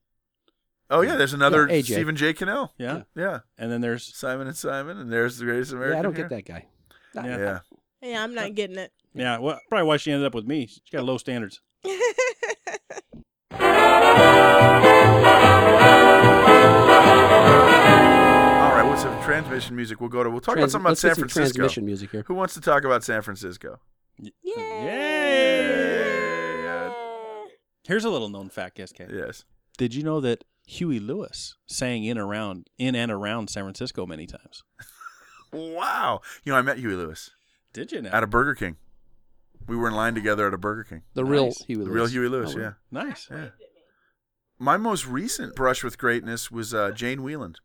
D: Oh yeah, there's another
G: Yeah, AJ.
D: Stephen J. Cannell.
E: Yeah,
D: Yeah,
E: and then there's
D: Simon and Simon, and there's the greatest American.
G: yeah, I don't
D: here.
G: get that guy.
E: yeah, yeah.
D: Yeah,
F: Yeah,
D: Uh,
F: I'm not getting it.
E: well, probably why she ended up with me. She's got low standards.
D: All right. What's some transmission music? We'll go to. We'll talk about
G: Trans-
D: something about
G: let's
D: San
G: get some
D: Francisco.
G: transmission music here.
D: Who wants to talk about San Francisco?
E: Yay!
D: Yeah,
E: Here's a little known fact, SK.
D: yes.
E: Did you know that Huey Lewis sang in around in and around San Francisco many times?
D: Wow. You know, I met Huey Lewis.
E: Did you know?
D: at a Burger King. We were in line together at a Burger King.
G: The real
E: Nice.
G: Huey
D: The
G: Lewis.
D: real Huey Lewis,
G: Oh,
D: yeah.
E: nice.
D: Yeah. My most recent brush with greatness was uh, Jane Wheeland.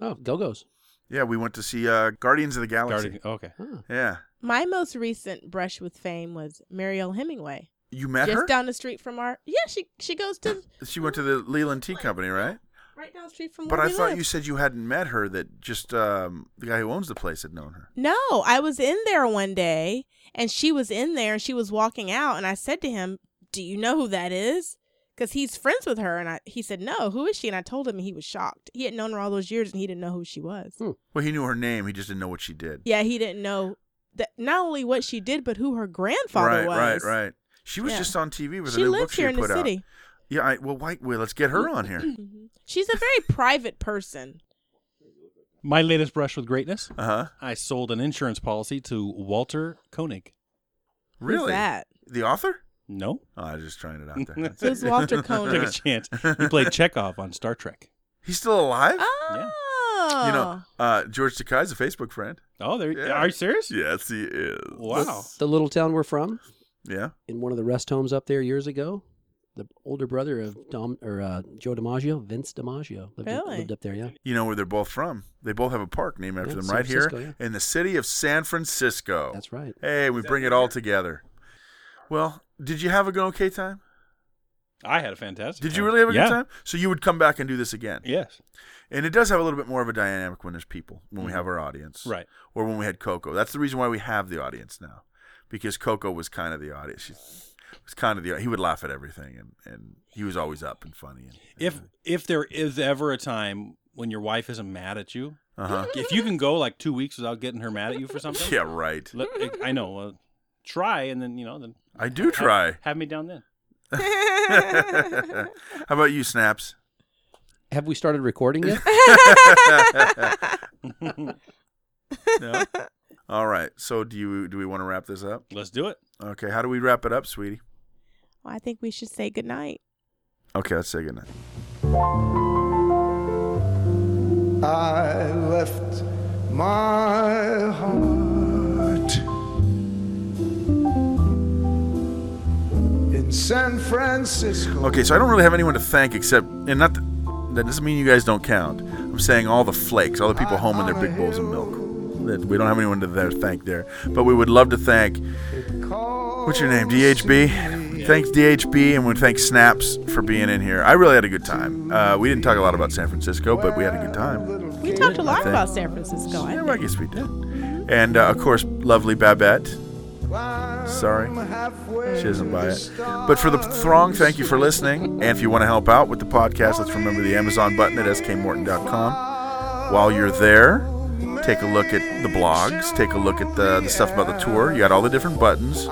G: Oh, Go Go's.
D: Yeah, we went to see uh, Guardians of the Galaxy.
E: Guardian- okay.
D: Yeah,
F: My most recent brush with fame was Marielle Hemingway.
D: you met
F: just
D: her.
F: down the street from our Yeah, she she goes to
D: she went to the Leland Tea Company, right?
F: right down the street from
D: But
F: where
D: I
F: we
D: thought
F: live.
D: you said you hadn't met her. That just um, the guy who owns the place had known her.
F: No, I was in there one day and she was in there and she was walking out and I said to him, "Do you know who that is?" Cuz he's friends with her and I he said, "No, who is she?" and I told him and he was shocked. He had known her all those years and he didn't know who she was.
D: Well, he knew her name. He just didn't know what she did.
F: Yeah, he didn't know that not only what she did but who her grandfather
D: right,
F: was.
D: right, right. She was
F: Yeah.
D: just on TV with
F: She
D: a new book
F: lives
D: she
F: here
D: had
F: in
D: put
F: the
D: out.
F: city.
D: Yeah, I, well, wait, well, let's get her on here.
F: She's a very private person.
E: My latest brush with greatness.
D: Uh huh.
E: I sold an insurance policy to Walter Koenig.
D: Really?
F: Who's that?
D: The author?
E: No,
D: Oh, I was just trying it out there. That's
F: Who's
D: it.
F: Walter
E: took a
F: Koenig?
E: chance. He played Chekhov on Star Trek.
D: He's still alive.
F: Oh.
D: You know, uh, George Takai's a Facebook friend.
E: Oh, there.
D: Yeah.
E: Are you serious?
D: Yes, he is.
E: Wow.
G: The little town we're from,
D: Yeah.
G: in one of the rest homes up there years ago, the older brother of Dom or uh, Joe DiMaggio, Vince DiMaggio, lived,
F: Really?
G: lived up there. Yeah,
D: You know where they're both from. They both have a park named after
G: Yeah,
D: them
G: San
D: right here
G: Francisco,
D: in the city of San Francisco.
G: that's right.
D: Hey, we bring it all together. Well, did you have a good okay time?
E: I had a fantastic.
D: Did
E: time.
D: you really have a
E: Yeah.
D: good time? So you would come back and do this again.
E: Yes.
D: And it does have a little bit more of a dynamic when there's people, when we have our audience.
E: Mm-hmm. Right.
D: Or when we had Coco. That's the reason why we have the audience now. Because Coco was kind of the audience. She was kind of the he would laugh at everything and, and he was always up and funny and
E: If if there is ever a time when your wife isn't mad at you,
D: uh-huh.
E: if you can go like two weeks without getting her mad at you for something,
D: Yeah, right.
E: let- I know. Uh, try and then you know then
D: I do try.
E: Have, have me down then.
D: How about you, Snaps?
G: Have we started recording yet?
D: No. All right. So do you do we want to wrap this up?
E: Let's do it.
D: Okay, how do we wrap it up, sweetie?
F: Well, I think we should say goodnight.
D: Okay, let's say goodnight.
H: I left my heart in San Francisco.
D: Okay, so I don't really have anyone to thank except, and not th- that doesn't mean you guys don't count. I'm saying all the flakes, all the people home in their big bowls of milk. That we don't have anyone to there thank there, but we would love to thank. What's your name? DHB. Thanks DHB, and we thank Snaps for being in here. I really had a good time. Uh, we didn't talk a lot about San Francisco, but we had a good time.
F: We talked a lot
D: think.
F: about San Francisco. I
D: Yeah, well, I guess we did. And uh, of course, lovely Babette. Sorry. She doesn't buy it. But for the throng, thank you for listening. And if you want to help out with the podcast, let's remember the Amazon button at skmorton.com. While you're there, take a look at the blogs, take a look at the, the stuff about the tour. You got all the different buttons.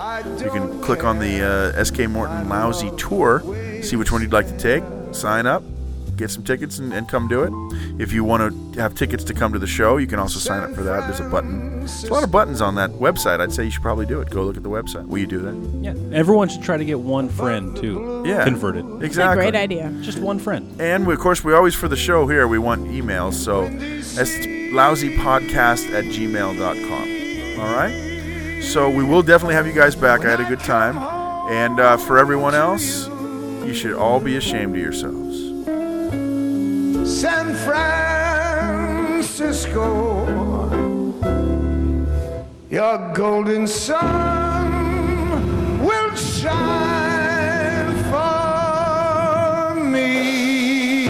D: You can click on the uh, SK Morton Lousy Tour, see which one you'd like to take, sign up, get some tickets, and, and come do it. If you want to have tickets to come to the show, you can also sign up for that. There's a button. There's a lot of buttons on that website. I'd say you should probably do it. Go look at the website. Will you do that?
E: Yeah. Everyone should try to get one friend too.
D: Yeah.
E: Converted.
F: That's a
D: Exactly.
F: great idea.
E: Just one friend.
D: And we, of course, we always, for the show here, we want emails. So that's lousypodcast at gmail.com. All right? So we will definitely have you guys back. I had a good time. And uh, for everyone else, you should all be ashamed of yourselves.
H: San Francisco. Your golden sun will shine for me.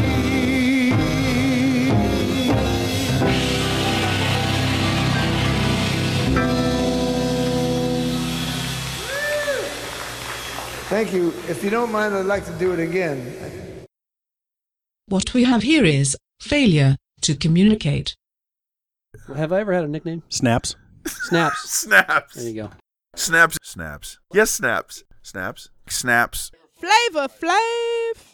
H: Thank you. If you don't mind, I'd like to do it again.
A: What we have here is failure to communicate.
G: have I ever had a nickname?
E: Snaps.
G: Snaps. There
D: Snaps.
G: you go.
D: Snaps. Snaps. Yes, snaps. Snaps. Snaps.
F: Flavor Flav.